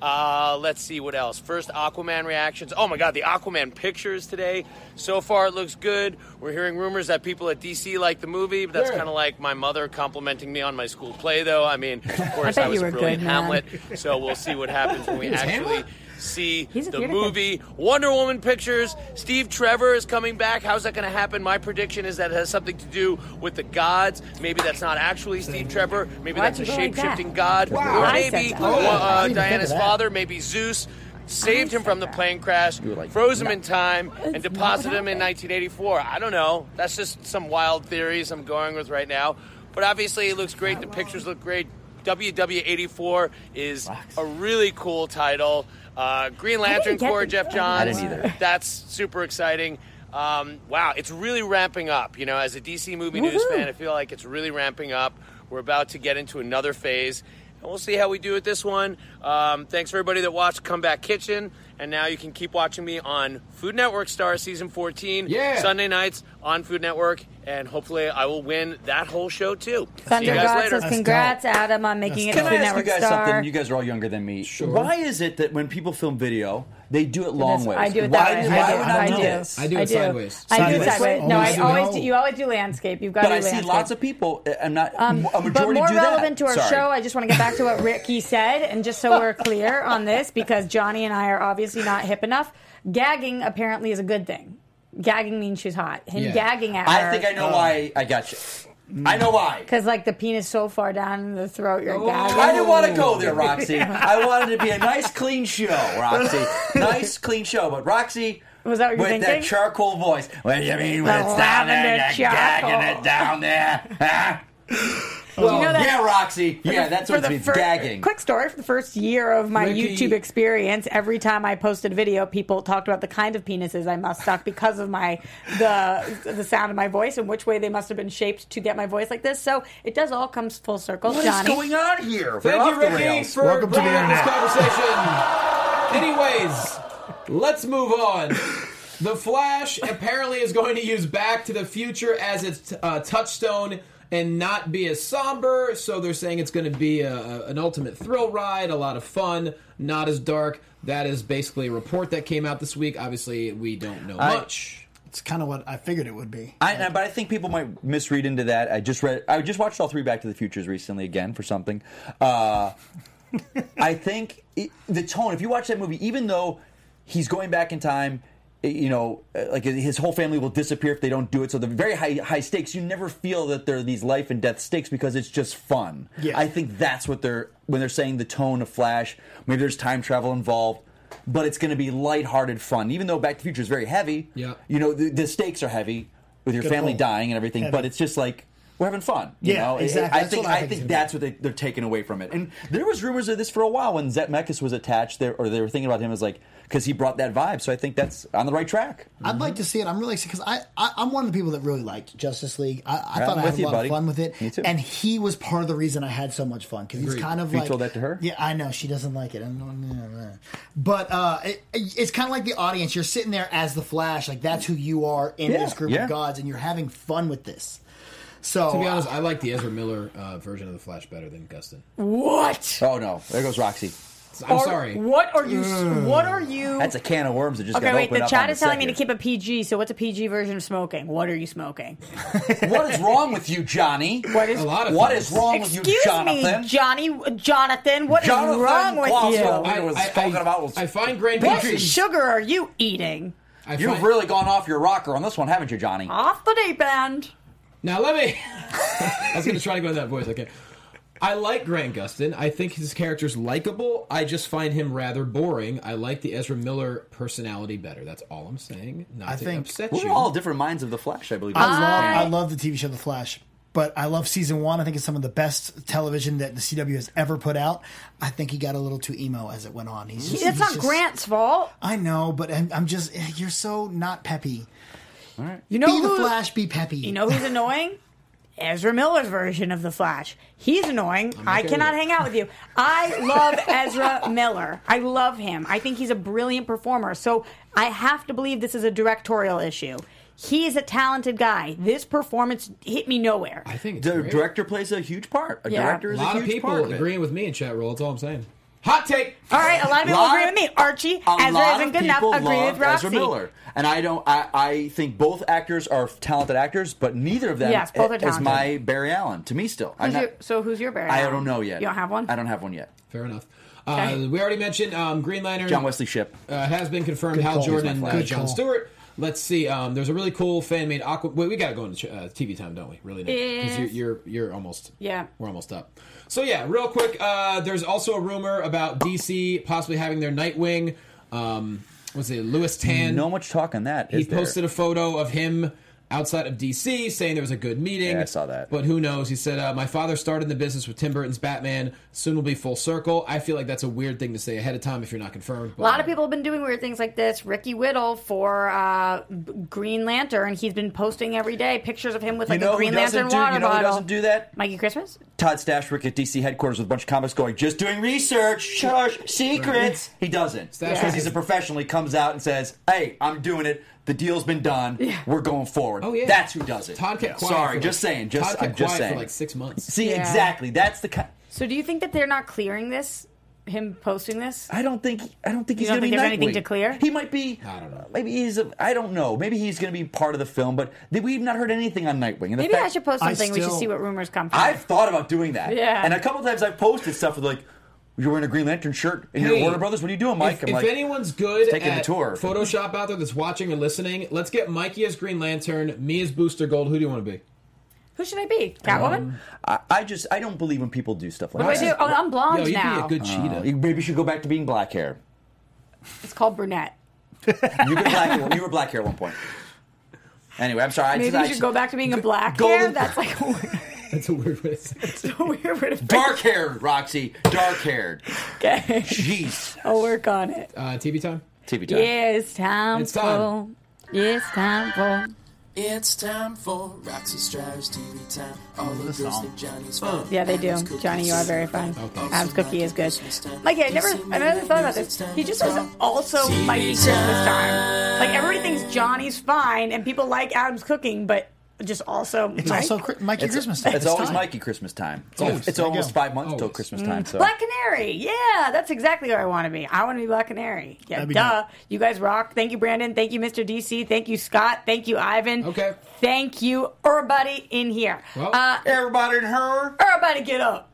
Speaker 4: Uh, let's see what else. First Aquaman reactions. Oh my God, the Aquaman pictures today. So far, it looks good. We're hearing rumors that people at DC like the movie, but that's
Speaker 2: Yeah.
Speaker 4: kind of like my mother complimenting me on my school play, though. I mean, of course,
Speaker 5: bet
Speaker 4: I was
Speaker 5: you were
Speaker 4: brilliant
Speaker 5: good, man.
Speaker 4: Hamlet, so we'll see what happens when we
Speaker 2: Hamlet?
Speaker 4: actually see
Speaker 5: He's a
Speaker 4: the
Speaker 5: theater
Speaker 4: movie Wonder Woman Pictures. Steve Trevor is coming back. How's that going to happen? My prediction is that it has something to do with the gods. Maybe that's not actually Steve Trevor. Maybe
Speaker 5: Why'd
Speaker 4: that's a
Speaker 5: you go like
Speaker 4: shape
Speaker 5: that?
Speaker 4: shifting god.
Speaker 5: Wow.
Speaker 4: Or
Speaker 5: I said
Speaker 4: maybe
Speaker 5: that.
Speaker 4: uh,
Speaker 5: Oh, yeah.
Speaker 7: I
Speaker 4: uh,
Speaker 7: didn't even think
Speaker 4: Diana's
Speaker 7: of that.
Speaker 4: father, maybe Zeus. Saved him from the plane crash,
Speaker 6: were like,
Speaker 4: froze him in time, and
Speaker 5: It's not
Speaker 4: deposited him in
Speaker 5: happening.
Speaker 4: 1984. I don't know. That's just some wild theories I'm going with right now. But obviously, it looks great. The pictures look great. WW84 is a really cool title. Uh, Green Lantern
Speaker 5: get
Speaker 4: Corps,
Speaker 5: the-
Speaker 4: Jeff Johns.
Speaker 6: I didn't either.
Speaker 4: That's super exciting. Um, wow, it's really ramping up. You know, as a DC movie news
Speaker 5: Woohoo.
Speaker 4: fan, I feel like it's really ramping up. We're about to get into another phase, and we'll see how we do with this one. Um, thanks for everybody that watched Comeback Kitchen, and now you can keep watching me on Food Network Star Season 14,
Speaker 2: Yeah.
Speaker 4: Sunday nights on Food Network, and hopefully I will win that whole show too. see
Speaker 5: Thunder
Speaker 4: you guys
Speaker 5: God
Speaker 4: later.
Speaker 5: says, "Congrats, Adam, on making it
Speaker 6: Can
Speaker 5: a
Speaker 6: I
Speaker 5: Food
Speaker 6: ask you
Speaker 5: Network
Speaker 6: guys
Speaker 5: star."
Speaker 6: something? You guys are all younger than me.
Speaker 2: Sure.
Speaker 6: Why is it that when people film video, they do it long
Speaker 5: That's-
Speaker 6: ways?
Speaker 5: I do it
Speaker 6: why
Speaker 5: that
Speaker 6: do-
Speaker 5: way.
Speaker 6: why
Speaker 5: I do.
Speaker 6: would I,
Speaker 5: I
Speaker 6: do
Speaker 5: do.
Speaker 6: this?
Speaker 2: I do it sideways.
Speaker 5: I do
Speaker 7: Sideways.
Speaker 5: sideways. No, I
Speaker 7: Always
Speaker 5: always
Speaker 7: no.
Speaker 5: do. You always do landscape. You've got
Speaker 6: But
Speaker 5: to
Speaker 6: I
Speaker 5: do
Speaker 6: see
Speaker 5: landscape.
Speaker 6: lots of people. uh, I'm not. a majority
Speaker 5: Um, but more
Speaker 6: do that.
Speaker 5: relevant to our
Speaker 6: Sorry.
Speaker 5: show, I just want to get back to what Ricky said, and just so we're clear on this, because Johnny and I are obviously not hip enough. Gagging apparently is a good thing. Gagging means she's hot. Him
Speaker 2: Yeah.
Speaker 5: gagging at her.
Speaker 6: I think I know why. I got you. I know why.
Speaker 5: Because like the penis so far down in the throat, you're gagging.
Speaker 6: Oh, I didn't want to go there, Roxy. I wanted to be a nice, clean show, Roxy. Nice, clean show. But Roxy,
Speaker 5: Was that what you were
Speaker 6: with that
Speaker 5: thinking?
Speaker 6: charcoal voice. What do you mean when
Speaker 5: The
Speaker 6: it's down there?
Speaker 5: lavender
Speaker 6: You're
Speaker 5: charcoal.
Speaker 6: gagging it down there, huh?
Speaker 5: you know that-
Speaker 6: yeah, Roxy. Yeah, that's what it means.
Speaker 5: fir-
Speaker 6: gagging.
Speaker 5: Quick story for the first year of my
Speaker 2: Ricky-
Speaker 5: YouTube experience. Every time I posted a video, people talked about the kind of penises I must suck because of my the the sound of my voice and which way they must have been shaped to get my voice like this. So it does all comes full circle.
Speaker 6: What is
Speaker 5: Johnny,
Speaker 6: going on here? We're
Speaker 2: Thank
Speaker 6: off
Speaker 2: you,
Speaker 6: the
Speaker 2: Ricky,
Speaker 6: rails.
Speaker 2: for
Speaker 7: Welcome to the
Speaker 2: bringing this
Speaker 7: internet.
Speaker 2: conversation. Anyways, let's move on. The Flash apparently is going to use Back to the Future as its uh, touchstone and not be as somber. So they're saying it's going to be a, a- an ultimate thrill ride, a lot of fun, not as dark. That is basically a report that came out this week. Obviously, we don't know much.
Speaker 7: It's kind of what I figured it would be.
Speaker 6: I, I- but I think people might misread into that. I just read. I just watched all three Back to the Futures recently again for something. Uh, I think it, the tone. If you watch that movie, even though he's going back in time, i- you know, uh, like his whole family will disappear if they don't do it. So the very high high stakes. You never feel that there are these life and death stakes because it's just fun.
Speaker 7: Yeah.
Speaker 6: I think that's what they're when they're saying the tone of Flash. Maybe there's time travel involved. But it's going to be lighthearted fun, even though Back to the Future is very heavy.
Speaker 2: Yeah.
Speaker 6: you know the, the stakes are heavy with your
Speaker 7: Good
Speaker 6: family
Speaker 7: pull.
Speaker 6: dying and everything,
Speaker 7: Heavy.
Speaker 6: but it's just like we're having fun. You
Speaker 7: Yeah,
Speaker 6: know? It- it-
Speaker 7: exactly.
Speaker 6: I
Speaker 7: That's
Speaker 6: think
Speaker 7: what I
Speaker 6: I
Speaker 7: think it's
Speaker 6: think
Speaker 7: gonna be.
Speaker 6: that's what they, they're taking away from it. And there was rumors of this for a while when Zemeckis was attached, there or they were thinking about him as like because he brought that vibe. So I think that's on the right track.
Speaker 7: I'd like to see it. I'm really excited because I, I I'm one of the people that really liked Justice League. I, I
Speaker 6: Yeah, I'm
Speaker 7: thought I
Speaker 6: with
Speaker 7: had
Speaker 6: you,
Speaker 7: a lot
Speaker 6: buddy.
Speaker 7: of fun with it.
Speaker 6: Me too.
Speaker 7: And he was part of the reason I had so much fun because he's kind of
Speaker 6: You
Speaker 7: like
Speaker 6: told that to her?
Speaker 7: Yeah, I know she doesn't like it. I'm- I'm- I'm- But uh, it, it's kind of like the audience. You're sitting there as the Flash, like that's who you are in
Speaker 6: Yeah,
Speaker 7: this group
Speaker 6: yeah.
Speaker 7: of gods, and you're having fun with this. So
Speaker 6: Oh,
Speaker 2: To be honest, I like the Ezra Miller uh, version of the Flash better than Gustin.
Speaker 5: what?
Speaker 6: Oh no, there goes Roxy.
Speaker 2: I'm
Speaker 5: Are-
Speaker 2: sorry.
Speaker 5: What are you? What are you?
Speaker 6: That's a can of worms that just
Speaker 5: okay,
Speaker 6: got
Speaker 5: wait.
Speaker 6: opened
Speaker 5: The
Speaker 6: up
Speaker 5: chat
Speaker 6: on
Speaker 5: is telling me to
Speaker 6: second.
Speaker 5: keep a PG. So what's a PG version of smoking? What are you smoking?
Speaker 6: What is wrong with you, Johnny?
Speaker 5: What is?
Speaker 2: A lot of
Speaker 6: What
Speaker 2: things.
Speaker 6: is wrong with Oh, you,
Speaker 5: Excuse
Speaker 6: Jonathan?
Speaker 5: me, Johnny, Jonathan. What is
Speaker 6: Jonathan
Speaker 5: wrong with
Speaker 6: Glossop.
Speaker 5: you?
Speaker 6: I was talking about was-
Speaker 2: I find Grand
Speaker 5: What
Speaker 2: Petrie-
Speaker 5: sugar are you eating?
Speaker 2: I
Speaker 6: You've
Speaker 2: find-
Speaker 6: really gone off your rocker on this one, haven't you, Johnny?
Speaker 5: Off the deep end.
Speaker 2: Now let me. I was gonna try to go in that voice. Okay. I like Grant Gustin. I think his character's likable. I just find him rather boring. I like the Ezra Miller personality better. That's all I'm saying. Not
Speaker 7: I
Speaker 2: to
Speaker 7: think-
Speaker 2: upset
Speaker 6: We're
Speaker 2: you.
Speaker 6: all different minds of the Flash, I believe.
Speaker 7: I love I love the TV show The Flash, but I love season one. I think it's some of the best television that the CW has ever put out. I think he got a little too emo as it went on. He's just,
Speaker 5: That's
Speaker 7: he's
Speaker 5: not
Speaker 7: just-
Speaker 5: Grant's fault.
Speaker 6: Uh,
Speaker 7: I know, but I'm, I'm just you're so not peppy.
Speaker 5: You know
Speaker 7: be the
Speaker 5: who-
Speaker 7: Flash, be peppy.
Speaker 5: You know who's annoying? Ezra Miller's version of The Flash. He's annoying. I
Speaker 2: okay
Speaker 5: cannot
Speaker 2: with it.
Speaker 5: hang out with you. I love Ezra Miller. I love him. I think he's a brilliant performer. So I have to believe this is a directorial issue. He is a talented guy. This performance hit me nowhere.
Speaker 2: I think it's
Speaker 6: The
Speaker 2: great.
Speaker 6: director plays a huge part. A
Speaker 5: Yeah.
Speaker 6: director
Speaker 2: A
Speaker 6: is a,
Speaker 2: lot
Speaker 6: huge
Speaker 2: of people
Speaker 6: part of it.
Speaker 2: agreeing with me in chat roll. That's all I'm saying. Hot take.
Speaker 5: All right, a lot of people
Speaker 6: Lot-
Speaker 5: agree with me. Archie,
Speaker 6: A
Speaker 5: Ezra
Speaker 6: lot
Speaker 5: isn't
Speaker 6: of
Speaker 5: good enough.
Speaker 6: people
Speaker 5: Agree
Speaker 6: love
Speaker 5: with Roxy.
Speaker 6: Ezra Miller, and I don't. I, I think both actors are talented actors, but neither of them
Speaker 5: Yes, both are
Speaker 6: is
Speaker 5: talented.
Speaker 6: my Barry Allen to me. Still, I'm
Speaker 5: Who's
Speaker 6: not,
Speaker 5: your- so who's your Barry?
Speaker 6: I
Speaker 5: Allen?
Speaker 6: don't know yet.
Speaker 5: You don't have one.
Speaker 6: I don't have one yet.
Speaker 2: Fair enough. Uh, we already mentioned um, Green Lantern.
Speaker 6: John Wesley Ship.
Speaker 2: uh, has been confirmed.
Speaker 6: Good
Speaker 2: Hal
Speaker 6: call.
Speaker 2: Jordan
Speaker 6: Here's
Speaker 2: and
Speaker 6: my
Speaker 2: uh,
Speaker 6: flag. Good
Speaker 2: John
Speaker 6: call.
Speaker 2: Stewart. Let's see. Um, there's a really cool fan made Aqua. Wait, we gotta go into uh, TV time, don't we? Really? Because
Speaker 5: Yes.
Speaker 2: you're, you're you're almost
Speaker 5: Yeah.
Speaker 2: we're almost up. So yeah, real quick. Uh, there's also a rumor about DC possibly having their Nightwing. Um, was it Louis Tan?
Speaker 6: no much talk on that.
Speaker 2: he
Speaker 6: is there?
Speaker 2: posted a photo of him outside of DC saying there was a good meeting.
Speaker 6: Yeah, I saw that.
Speaker 2: But who knows? He said, uh, My father started in the business with Tim Burton's Batman. Soon will be full circle. I feel like that's a weird thing to say ahead of time if you're not confirmed.
Speaker 5: A lot of people have been doing weird things like this. Ricky Whittle for uh, B- Green Lantern, he's been posting every day pictures of him with
Speaker 6: You
Speaker 5: like
Speaker 6: know
Speaker 5: a
Speaker 6: who
Speaker 5: Green Lantern
Speaker 6: doesn't do-
Speaker 5: water
Speaker 6: you know who
Speaker 5: bottle.
Speaker 6: doesn't do that?
Speaker 5: Mikey Christmas?
Speaker 6: Todd Stashwick at DC headquarters with a bunch of comics going, just doing research, shush, secrets. He doesn't. Because
Speaker 2: Stashwick-
Speaker 6: he's a professional. He comes out and says, hey, I'm doing it. The deal's been done. We're going forward.
Speaker 2: Oh, yeah.
Speaker 6: That's who does it.
Speaker 2: Todd kept quiet
Speaker 6: Sorry,
Speaker 2: for,
Speaker 6: just
Speaker 2: like-
Speaker 6: saying. Just,
Speaker 2: Todd
Speaker 6: I'm
Speaker 2: kept
Speaker 6: just
Speaker 2: quiet
Speaker 6: saying.
Speaker 2: for like six months.
Speaker 6: See,
Speaker 5: Yeah.
Speaker 6: exactly. That's the kind.
Speaker 5: So do you think that they're not clearing this? Him posting this?
Speaker 6: I don't think I don't think
Speaker 5: You
Speaker 6: he's
Speaker 5: don't
Speaker 6: going
Speaker 5: think
Speaker 6: to be
Speaker 5: there's anything
Speaker 6: Nightwing.
Speaker 5: to clear?
Speaker 6: He might be.
Speaker 2: I don't know.
Speaker 6: Maybe he's. A, I don't know. Maybe he's going to be part of the film, but th- we've not heard anything on Nightwing. And the
Speaker 5: Maybe I
Speaker 6: fact-
Speaker 5: should post
Speaker 7: I
Speaker 5: something. we should
Speaker 7: still-
Speaker 5: see what rumors come from.
Speaker 6: I've thought about doing that.
Speaker 5: Yeah.
Speaker 6: And a couple times I've posted stuff with like, "You're wearing a Green Lantern shirt and you're
Speaker 2: Hey,
Speaker 6: Warner Brothers. What are you doing, Mike?"
Speaker 2: if, if
Speaker 6: like,
Speaker 2: anyone's good
Speaker 6: taking a
Speaker 2: at
Speaker 6: tour.
Speaker 2: Photoshop out there that's watching or listening, let's get Mikey as Green Lantern, me as Booster Gold. Who do you want to be?
Speaker 5: Who should I be? Catwoman?
Speaker 6: I, I just I don't believe when people do stuff like
Speaker 5: what do I do?
Speaker 6: that.
Speaker 5: Oh, I'm blonde
Speaker 2: Yo, you'd
Speaker 5: now.
Speaker 2: be a good cheetah.
Speaker 6: Oh, You maybe should go back to being black hair.
Speaker 5: it's called brunette.
Speaker 6: You were black. you were black hair at one point. Anyway, I'm sorry. I
Speaker 5: Maybe
Speaker 6: just, I
Speaker 5: you should
Speaker 6: just-
Speaker 5: go back to being a black hair.
Speaker 6: golden-
Speaker 5: That's like a weird,
Speaker 2: That's a weird way to say it.
Speaker 5: it's a weird way to
Speaker 6: Dark haired, Roxy. Dark haired.
Speaker 5: Okay.
Speaker 6: Jeez.
Speaker 5: I'll work on it.
Speaker 2: Uh, TV time?
Speaker 6: TV time.
Speaker 5: Yeah, it's time
Speaker 2: It's time.
Speaker 5: for. It's time for.
Speaker 9: It's time for Roxy Strauss TV time. All the girls think Johnny's fine.
Speaker 5: Yeah, they do. Johnny, you are very fine. Adam's cookie is good. Mikey, I never, I never thought about this. He just says also Mikey Christmas time. Like everybody thinks Johnny's fine, and people like Adam's cooking, but just also
Speaker 7: It's
Speaker 5: Mike.
Speaker 7: also Chri- Mikey Christmas time.
Speaker 6: It's, always
Speaker 7: time.
Speaker 6: Mikey Christmas time. It's,
Speaker 2: Always.
Speaker 6: it's
Speaker 2: There you
Speaker 6: almost
Speaker 2: go.
Speaker 6: five months till
Speaker 2: Always.
Speaker 6: Christmas time. So
Speaker 5: Black Canary, yeah, that's exactly where I want to be. I want to be Black Canary. Yeah,
Speaker 7: That'd be
Speaker 5: duh.
Speaker 7: dope.
Speaker 5: You guys rock. Thank you, Brandon. Thank you, Mr. DC. Thank you, Scott. Thank you, Ivan.
Speaker 2: Okay.
Speaker 5: Thank you, everybody in here.
Speaker 2: Well,
Speaker 5: uh,
Speaker 6: everybody and her.
Speaker 5: everybody, get up.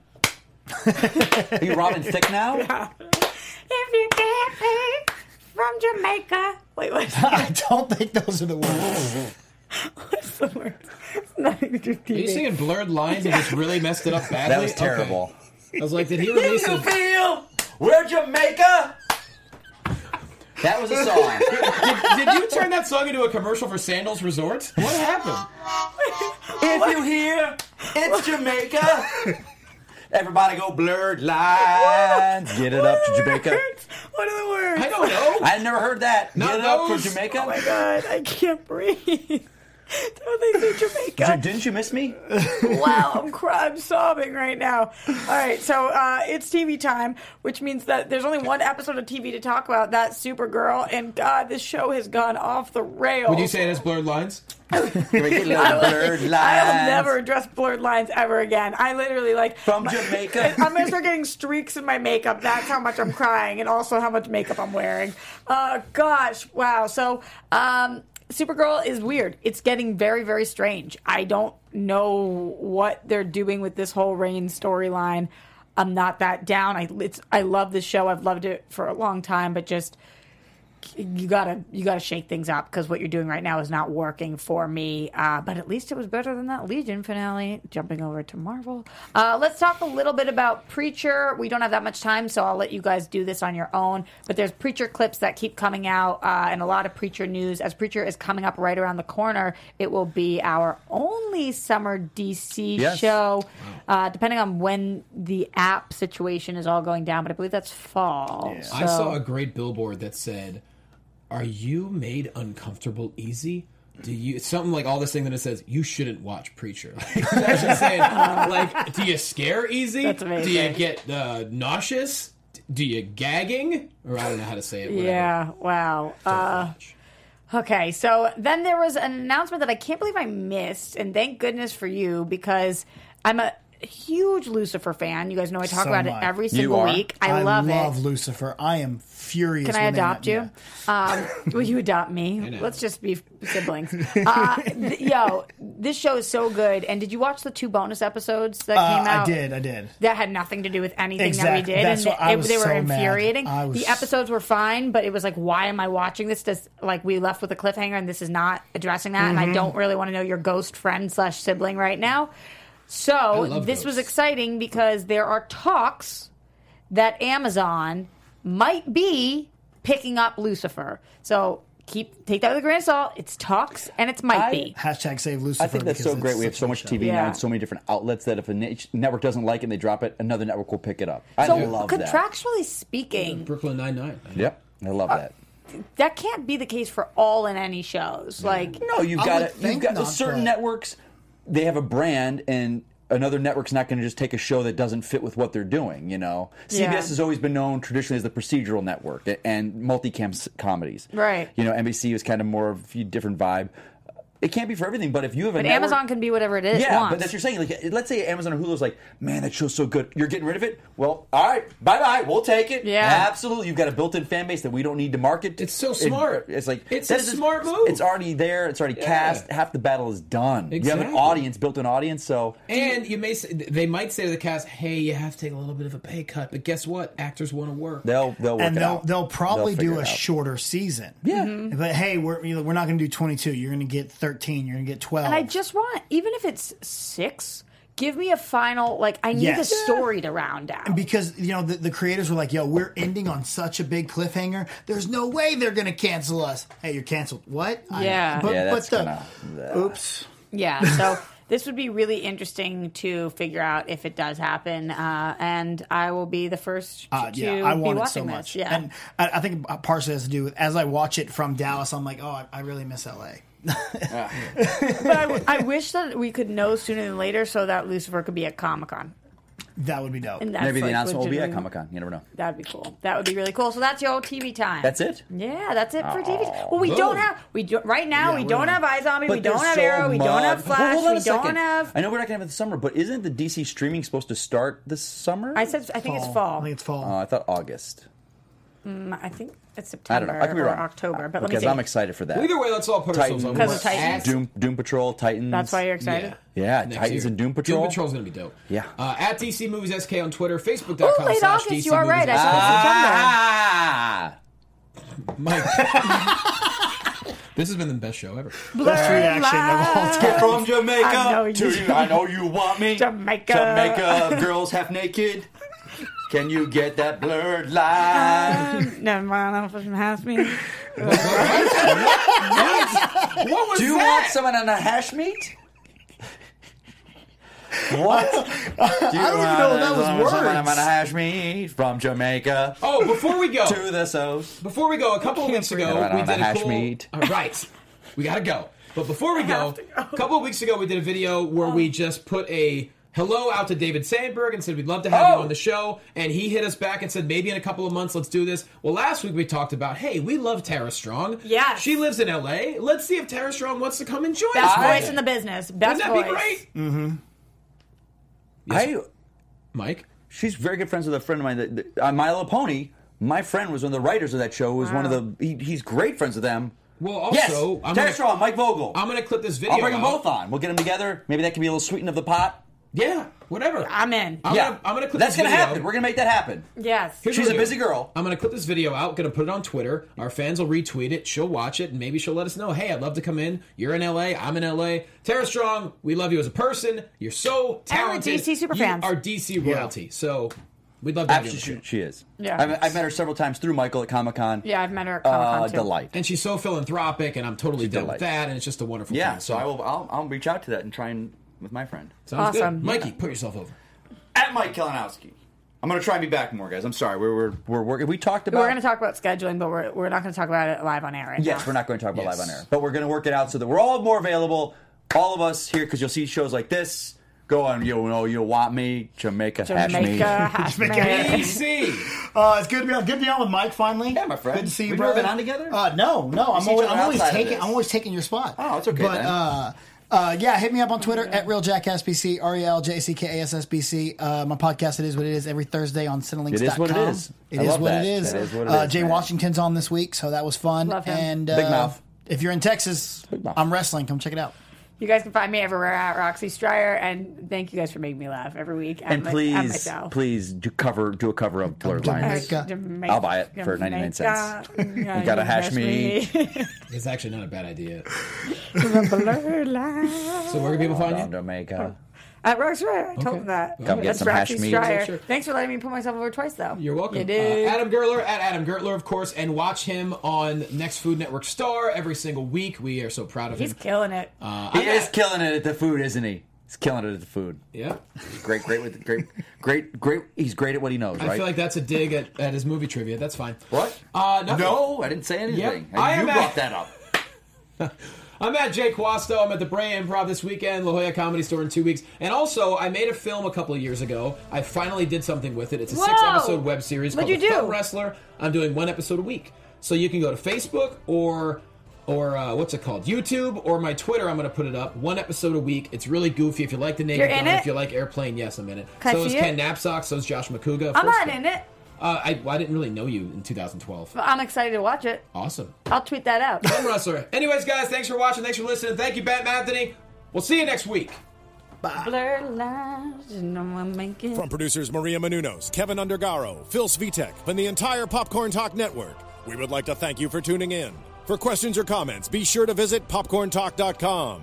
Speaker 6: Are you Robin Thicke now?
Speaker 5: If you can't be from Jamaica. Wait, what's
Speaker 7: I don't think those are the words.
Speaker 5: what's the word? It's nothing to do with
Speaker 2: Are you
Speaker 5: TV.
Speaker 2: singing blurred lines and just really messed it up badly?
Speaker 6: That was
Speaker 2: Okay.
Speaker 6: terrible.
Speaker 2: I was like, did he release
Speaker 6: You
Speaker 2: a...
Speaker 6: feel we're Jamaica. That was a song.
Speaker 2: Did you turn that song into a commercial for Sandals Resort? What happened?
Speaker 6: if you hear, it's Jamaica. Everybody go blurred lines. Get it up to Jamaica.
Speaker 5: What are the words?
Speaker 2: I don't know.
Speaker 6: I never heard that.
Speaker 2: Not
Speaker 6: Get it up for
Speaker 2: those.
Speaker 6: Jamaica.
Speaker 5: Oh my god, I can't breathe. Don't think do Jamaica.
Speaker 6: Dude, didn't you miss me?
Speaker 5: wow, I'm crying, I'm sobbing right now. All right, so uh, it's TV time, which means that there's only one episode of TV to talk about. That's Supergirl, and God, this show has gone off the rails.
Speaker 2: Would you say it has blurred lines?
Speaker 6: Can we get a little blurred lines?
Speaker 5: I'll never address blurred lines ever again. I literally like
Speaker 6: From Jamaica.
Speaker 5: I'm gonna start getting streaks in my makeup. That's how much I'm crying, and also how much makeup I'm wearing. Uh, gosh, wow. So, um, Supergirl is weird. It's getting very, very strange. I don't know what they're doing with this whole Rain storyline. I'm not that down. I it's I love this show. I've loved it for a long time, but just you gotta you gotta shake things up because what you're doing right now is not working for me. Uh, but at least it was better than that Legion finale. Jumping over to Marvel, uh, let's talk a little bit about Preacher. We don't have that much time, so I'll let you guys do this on your own. But there's Preacher clips that keep coming out, uh, and a lot of Preacher news. As Preacher is coming up right around the corner, it will be our only summer DC
Speaker 6: Yes.
Speaker 5: show, uh, depending on when the app situation is all going down. But I believe that's fall.
Speaker 2: I
Speaker 5: so-
Speaker 2: saw a great billboard that said, "Are you made uncomfortable easy?" Do you it's something like all this thing that it says you shouldn't watch Preacher? Like, it's actually saying like, do you scare easy?
Speaker 5: That's
Speaker 2: Do you
Speaker 5: amazing.
Speaker 2: get uh, nauseous? D- Do you gagging? Or I don't know how to say it. Whatever.
Speaker 5: Yeah, wow. Uh,
Speaker 2: Watch.
Speaker 5: okay, so then there was an announcement that I can't believe I missed, and thank goodness for you because I'm a huge Lucifer fan. You guys know I talk
Speaker 7: So
Speaker 5: about
Speaker 7: much.
Speaker 5: it every single week. I, love,
Speaker 7: love
Speaker 5: it.
Speaker 7: Lucifer. I am furious.
Speaker 5: Can I
Speaker 7: when they
Speaker 5: adopt
Speaker 7: let-
Speaker 5: you? Um, will you adopt me?
Speaker 7: I know.
Speaker 5: Let's just be siblings. Uh, th- yo, this show is so good. And did you watch the two bonus episodes that
Speaker 7: Uh,
Speaker 5: came out?
Speaker 7: I did. I did.
Speaker 5: That had nothing to do with anything that we
Speaker 7: Exact-
Speaker 5: did,
Speaker 7: that's
Speaker 5: and
Speaker 7: what- I
Speaker 5: it-
Speaker 7: was
Speaker 5: they were
Speaker 7: so mad.
Speaker 5: infuriating.
Speaker 7: I was-
Speaker 5: The episodes were fine, but it was like, why am I watching this? Does like we left with a cliffhanger, and this is not addressing that, and I
Speaker 7: Mm-hmm.
Speaker 10: Mhm.
Speaker 5: don't really want to know your ghost friend slash sibling right now.
Speaker 10: I
Speaker 5: So
Speaker 10: love
Speaker 5: this was exciting because there are talks that Amazon might be picking up Lucifer. So keep take that with a grain of salt. It's talks, and it's might be.
Speaker 7: Hashtag save Lucifer.
Speaker 6: I think that's
Speaker 7: because
Speaker 6: so
Speaker 7: it's
Speaker 6: great. We have
Speaker 7: such
Speaker 6: so
Speaker 7: a
Speaker 6: much
Speaker 7: good
Speaker 6: TV
Speaker 7: show.
Speaker 6: now
Speaker 5: Yeah.
Speaker 6: and so many different outlets that if a niche- network doesn't like it and they drop it, another network will pick it up. I
Speaker 5: so
Speaker 6: love that.
Speaker 5: contractually speaking,
Speaker 2: Brooklyn Nine Nine.
Speaker 6: Yep, I love that.
Speaker 5: that can't be the case for all and any shows. Like
Speaker 6: No, you've got it. You've got certain networks. They have a brand, and another network's not going to just take a show that doesn't fit with what they're doing. You know, CBS
Speaker 5: Yeah.
Speaker 6: has always been known traditionally as the procedural network a- and multicam s- comedies.
Speaker 5: Right.
Speaker 6: You know, NBC was kind of more of a different vibe. It can't be for everything, but if you have a
Speaker 5: But
Speaker 6: network,
Speaker 5: Amazon can be whatever it is.
Speaker 6: yeah,
Speaker 5: wants.
Speaker 6: but that's what you're saying. Like, let's say Amazon or Hulu's like, man, that show's so good. You're getting rid of it. Well, all right, bye bye. We'll take it.
Speaker 5: Yeah.
Speaker 6: absolutely. You've got a built-in fan base that we don't need to market. It's so
Speaker 2: smart.
Speaker 6: it's like
Speaker 2: It's
Speaker 6: that
Speaker 2: a
Speaker 6: is-
Speaker 2: smart move.
Speaker 6: It's already there. It's already
Speaker 2: Yeah.
Speaker 6: cast. Half the battle is done. You have an
Speaker 2: Exactly.
Speaker 6: audience, built-in audience. So
Speaker 2: And you may say, they might say to the cast, "Hey, you have to take a little bit of a pay cut, but guess what? Actors want to work.
Speaker 6: they'll they'll work
Speaker 7: and
Speaker 6: it
Speaker 7: they'll
Speaker 6: out.
Speaker 7: they'll probably
Speaker 6: figure
Speaker 7: do
Speaker 6: it
Speaker 7: a
Speaker 6: out.
Speaker 7: shorter season.
Speaker 6: Yeah,
Speaker 5: Mm-hmm.
Speaker 7: but hey, we're you know, we're not going to do twenty two. You're going to get thirteen. You're going to get twelve.
Speaker 5: And I just want, even if it's six, give me a final. Like I need
Speaker 7: Yes.
Speaker 5: a story to round out.
Speaker 7: And because you know the, the creators were like, "Yo, we're ending on such a big cliffhanger. There's no way they're gonna cancel us." Hey, you're canceled. What? I-
Speaker 5: Yeah.
Speaker 7: but,
Speaker 5: Yeah,
Speaker 7: but
Speaker 5: that's
Speaker 7: the oops.
Speaker 5: Yeah. So this would be really interesting to figure out if it does happen, uh, and I will be the first
Speaker 7: Uh,
Speaker 5: to
Speaker 7: yeah, I
Speaker 5: be
Speaker 7: want it so
Speaker 5: watching this.
Speaker 7: much.
Speaker 5: Yeah.
Speaker 7: And I, I think partially has to do with as I watch it from Dallas, I'm like, oh, I, I really miss LA.
Speaker 5: but I, I wish that we could know sooner than later so that Lucifer could be at Comic Con.
Speaker 7: That would be dope.
Speaker 5: And that's
Speaker 6: Maybe the
Speaker 5: like
Speaker 6: announcement will be at
Speaker 5: legitimately-
Speaker 6: Comic Con. You never know.
Speaker 5: That'd be cool. That would be really cool. So that's your TV time.
Speaker 6: That's it?
Speaker 5: Yeah, that's it for TV.
Speaker 6: Oh.
Speaker 5: Well, we don't
Speaker 6: Boom.
Speaker 5: have we do, right now.
Speaker 6: Yeah,
Speaker 5: we
Speaker 6: we
Speaker 5: don't have
Speaker 6: don't.
Speaker 5: iZombie. We
Speaker 6: But
Speaker 5: don't
Speaker 6: there's
Speaker 5: have
Speaker 6: so
Speaker 5: Arrow. We don't
Speaker 6: much-
Speaker 5: have
Speaker 6: Well,
Speaker 5: Flash.
Speaker 6: hold on a
Speaker 5: we don't
Speaker 6: second.
Speaker 5: have.
Speaker 6: I know we're not gonna have it this summer, but isn't the DC streaming supposed to start this summer?
Speaker 5: I said I think it's fall. I think
Speaker 7: it's fall.
Speaker 6: Oh, I thought August.
Speaker 5: Mm, I think it's
Speaker 6: I
Speaker 5: September
Speaker 6: don't know. I could be
Speaker 5: or
Speaker 6: wrong.
Speaker 5: October. But let me
Speaker 6: because
Speaker 5: see.
Speaker 6: I'm excited for that.
Speaker 2: Either way, let's all put ourselves on
Speaker 6: Titans.
Speaker 2: board.
Speaker 5: Because of Titans.
Speaker 6: Doom, Doom Patrol, Titans.
Speaker 5: That's why you're excited.
Speaker 6: Yeah,
Speaker 2: Next
Speaker 6: Titans
Speaker 2: year.
Speaker 6: and Doom Patrol.
Speaker 2: Doom Patrol's gonna be dope.
Speaker 6: Yeah.
Speaker 2: Uh, at DC Movies SK on Twitter,
Speaker 5: Oh,
Speaker 2: Facebook.com
Speaker 5: late
Speaker 2: slash
Speaker 5: August.
Speaker 2: DC
Speaker 5: you are right. I saw
Speaker 2: Movies SK.
Speaker 6: Ah!
Speaker 2: This has been the best show ever.
Speaker 6: Best reaction
Speaker 7: of all
Speaker 6: time. From Jamaica
Speaker 2: I know
Speaker 6: to
Speaker 2: you-
Speaker 6: you. I know you want me.
Speaker 5: Jamaica.
Speaker 6: Jamaica, girls half naked. Can you get that blurred line?
Speaker 5: Never mind. I'm from House Me.
Speaker 2: What was
Speaker 6: Do you
Speaker 5: that?
Speaker 6: want someone on a hash meat? What? Do you I
Speaker 2: even know that was
Speaker 6: Someone on
Speaker 2: words.
Speaker 6: a hash meat from Jamaica.
Speaker 2: Oh, before we go.
Speaker 6: To the south.
Speaker 2: Before we go, a couple of weeks ago,
Speaker 6: forget
Speaker 2: we
Speaker 6: about
Speaker 2: did a
Speaker 6: the hash
Speaker 2: cool,
Speaker 6: meat.
Speaker 2: All right, we gotta go. But before we go, a couple of weeks ago, we did a video where
Speaker 5: Oh.
Speaker 2: we just put a hello out to David Sandberg and said we'd love to
Speaker 5: Oh.
Speaker 2: have you on the show, and he hit us back and said maybe in a couple of months let's do this. Well, last week we talked about hey, we love Tara Strong. Yeah, she lives in L.A. Let's see if Tara Strong wants to come and join
Speaker 5: Best
Speaker 2: us.
Speaker 5: voice in the business. Best
Speaker 2: that be
Speaker 5: voice.
Speaker 2: great?
Speaker 6: Mm-hmm. I,
Speaker 2: Mike,
Speaker 6: she's very good friends with a friend of mine. That, that, uh, My Little Pony. My friend was one of the writers of that show. Was one of the. He, he's great friends with them.
Speaker 2: Well,
Speaker 6: yes,
Speaker 2: also, I'm
Speaker 6: Tara
Speaker 2: gonna-
Speaker 6: Strong, Mike Vogel.
Speaker 2: I'm gonna clip this video.
Speaker 6: I'll bring them
Speaker 2: out.
Speaker 6: both on. We'll get them together. Maybe that can be a little sweeten of the pot.
Speaker 2: Yeah, whatever.
Speaker 5: I'm in.
Speaker 2: I'm
Speaker 6: yeah,
Speaker 2: gonna- I'm gonna clip
Speaker 6: That's
Speaker 2: this
Speaker 6: gonna
Speaker 2: video.
Speaker 6: happen. We're gonna make that happen.
Speaker 5: Yes.
Speaker 2: what we're doing. I'm going to clip this video out, going to put it on Twitter. Our fans will retweet it. She'll watch it, and maybe she'll let us know hey, I'd love to come in. You're in LA. I'm in LA. Tara Strong, we love you as a person. You're so talented.
Speaker 5: DC super
Speaker 2: you
Speaker 5: fans.
Speaker 2: are DC royalty. So we'd love to have you. on the
Speaker 6: Actually,
Speaker 2: show.
Speaker 6: she, she is.
Speaker 5: Yeah.
Speaker 6: I've, I've met her several times through Michael at Comic Con.
Speaker 5: Yeah, I've met her at Comic Con
Speaker 6: Uh,
Speaker 5: too.
Speaker 6: delight.
Speaker 2: And she's so philanthropic, and I'm totally done with
Speaker 6: delight.
Speaker 2: that, and it's just a wonderful
Speaker 6: Yeah,
Speaker 2: thing.
Speaker 6: so I will. I'll, I'll reach out to that and try and with my friend.
Speaker 2: Sounds good. Mikey, put yourself over.
Speaker 6: At Mike Kalinowski. I'm gonna try and be back more, guys. I'm sorry. We're we're, we're working. We talked about.
Speaker 5: We're going to talk about scheduling, but we're, we're not going to talk about it live on air. Right
Speaker 6: yes,
Speaker 5: now.
Speaker 6: we're not going to talk about
Speaker 5: Yes.
Speaker 6: live on air, but we're gonna work it out so that we're all more available. All of us here because you'll see shows like this. Go on, you know, you want me, Jamaica,
Speaker 7: Jamaica,
Speaker 6: hash me.
Speaker 7: hash me. Uh, it's good to be on. Good to be on with Mike finally. Yeah, my
Speaker 6: friend.
Speaker 7: Good to see you,
Speaker 6: We've never
Speaker 7: brother.
Speaker 6: been on together?
Speaker 7: Uh, no, no.
Speaker 6: We
Speaker 7: I'm
Speaker 6: see each
Speaker 7: always,
Speaker 6: other
Speaker 7: I'm always
Speaker 6: outside of
Speaker 7: taking.
Speaker 6: this.
Speaker 7: I'm always taking your spot.
Speaker 6: Oh, it's okay,
Speaker 7: But
Speaker 6: then.
Speaker 7: uh, Uh, yeah, hit me up on Twitter at RealJackSBC, R E L J C K A S S B C. Uh, my podcast, It Is What It Is, every Thursday on Cinelinks.com.
Speaker 6: It is what it is.
Speaker 7: It
Speaker 6: I
Speaker 7: is
Speaker 6: love
Speaker 7: what
Speaker 6: that.
Speaker 7: it is.
Speaker 6: That is what it
Speaker 7: uh,
Speaker 6: is,
Speaker 7: Jay
Speaker 6: man.
Speaker 7: Washington's on this week, so that was fun.
Speaker 5: Love him.
Speaker 7: And uh,
Speaker 6: Big mouth.
Speaker 7: If you're in Texas, I'm wrestling. Come check it out.
Speaker 5: You guys can find me everywhere at Roxy Stryer, and thank you guys for making me laugh every week. at
Speaker 6: And
Speaker 5: my- at
Speaker 6: please,
Speaker 5: myself.
Speaker 6: please do cover do a cover of Blurred Lines.
Speaker 5: Jamaica. Jamaica.
Speaker 6: I'll buy it for ninety nine cents.
Speaker 5: Jamaica.
Speaker 6: You gotta hash me.
Speaker 2: It's actually not a bad idea.
Speaker 5: Blurred lines.
Speaker 2: So where can people find
Speaker 6: Down
Speaker 2: you?
Speaker 6: Jamaica.
Speaker 5: At Roxy Stryer, I told them that.
Speaker 6: Come get
Speaker 5: That's
Speaker 6: some hash
Speaker 5: Roxy
Speaker 6: meat.
Speaker 5: Stryer.
Speaker 2: Sure.
Speaker 5: Thanks for letting me put myself over twice, though.
Speaker 2: You're welcome.
Speaker 5: You
Speaker 2: Uh,
Speaker 5: did.
Speaker 2: Adam Gertler at Adam Gertler, of course, and watch him on Next Food Network Star every single week. We are so proud of
Speaker 5: He's
Speaker 2: him.
Speaker 5: killing it.
Speaker 2: Uh,
Speaker 6: He
Speaker 2: I'm
Speaker 6: is
Speaker 2: at-
Speaker 6: killing it at the food, isn't he? He's killing it at the food.
Speaker 2: Yeah.
Speaker 6: Great, great with great, great, great. He's great at what he knows,
Speaker 2: I
Speaker 6: right?
Speaker 2: feel like that's a dig at, at his movie trivia. That's fine.
Speaker 6: what?
Speaker 2: Uh, nothing.
Speaker 6: no, I didn't say anything.
Speaker 2: I am
Speaker 6: you
Speaker 2: at-
Speaker 6: brought that up.
Speaker 2: I'm at Jake Quasto. I'm at the Bray Improv this weekend, La Jolla Comedy Store in two weeks. And also, I made a film a couple of years ago. I finally did something with it. It's a
Speaker 5: Whoa!
Speaker 2: six episode web series
Speaker 5: What'd
Speaker 2: called
Speaker 5: you
Speaker 2: The
Speaker 5: do?
Speaker 2: Film Wrestler. I'm doing one episode a week. So you can go to Facebook or. Or uh, what's it called? YouTube or my Twitter? I'm going to put it up. One episode a week. It's really goofy. If you like the Naked
Speaker 5: You're in
Speaker 2: Gun,
Speaker 5: it?
Speaker 2: if you like Airplane, yes, I'm in it.
Speaker 5: Can I
Speaker 2: so is
Speaker 5: see it?
Speaker 2: Ken Knapsack. So is Josh McCouga.
Speaker 5: I'm
Speaker 2: First
Speaker 5: not
Speaker 2: guy.
Speaker 5: in it.
Speaker 2: Uh, I, well, I didn't really know you in 2012.
Speaker 5: but I'm excited to watch it.
Speaker 2: Awesome.
Speaker 5: I'll tweet that out.
Speaker 2: Gun Wrestler. Anyways, guys, thanks for watching. Thanks for listening. Thank you, Batman Anthony. We'll see you next week.
Speaker 5: Blurred lines, and I'm gonna make it.
Speaker 3: From producers Maria Menunos, Kevin Undergaro, Phil Svitek, and the entire Popcorn Talk Network, we would like to thank you for tuning in. For questions or comments, be sure to visit popcorntalk.com.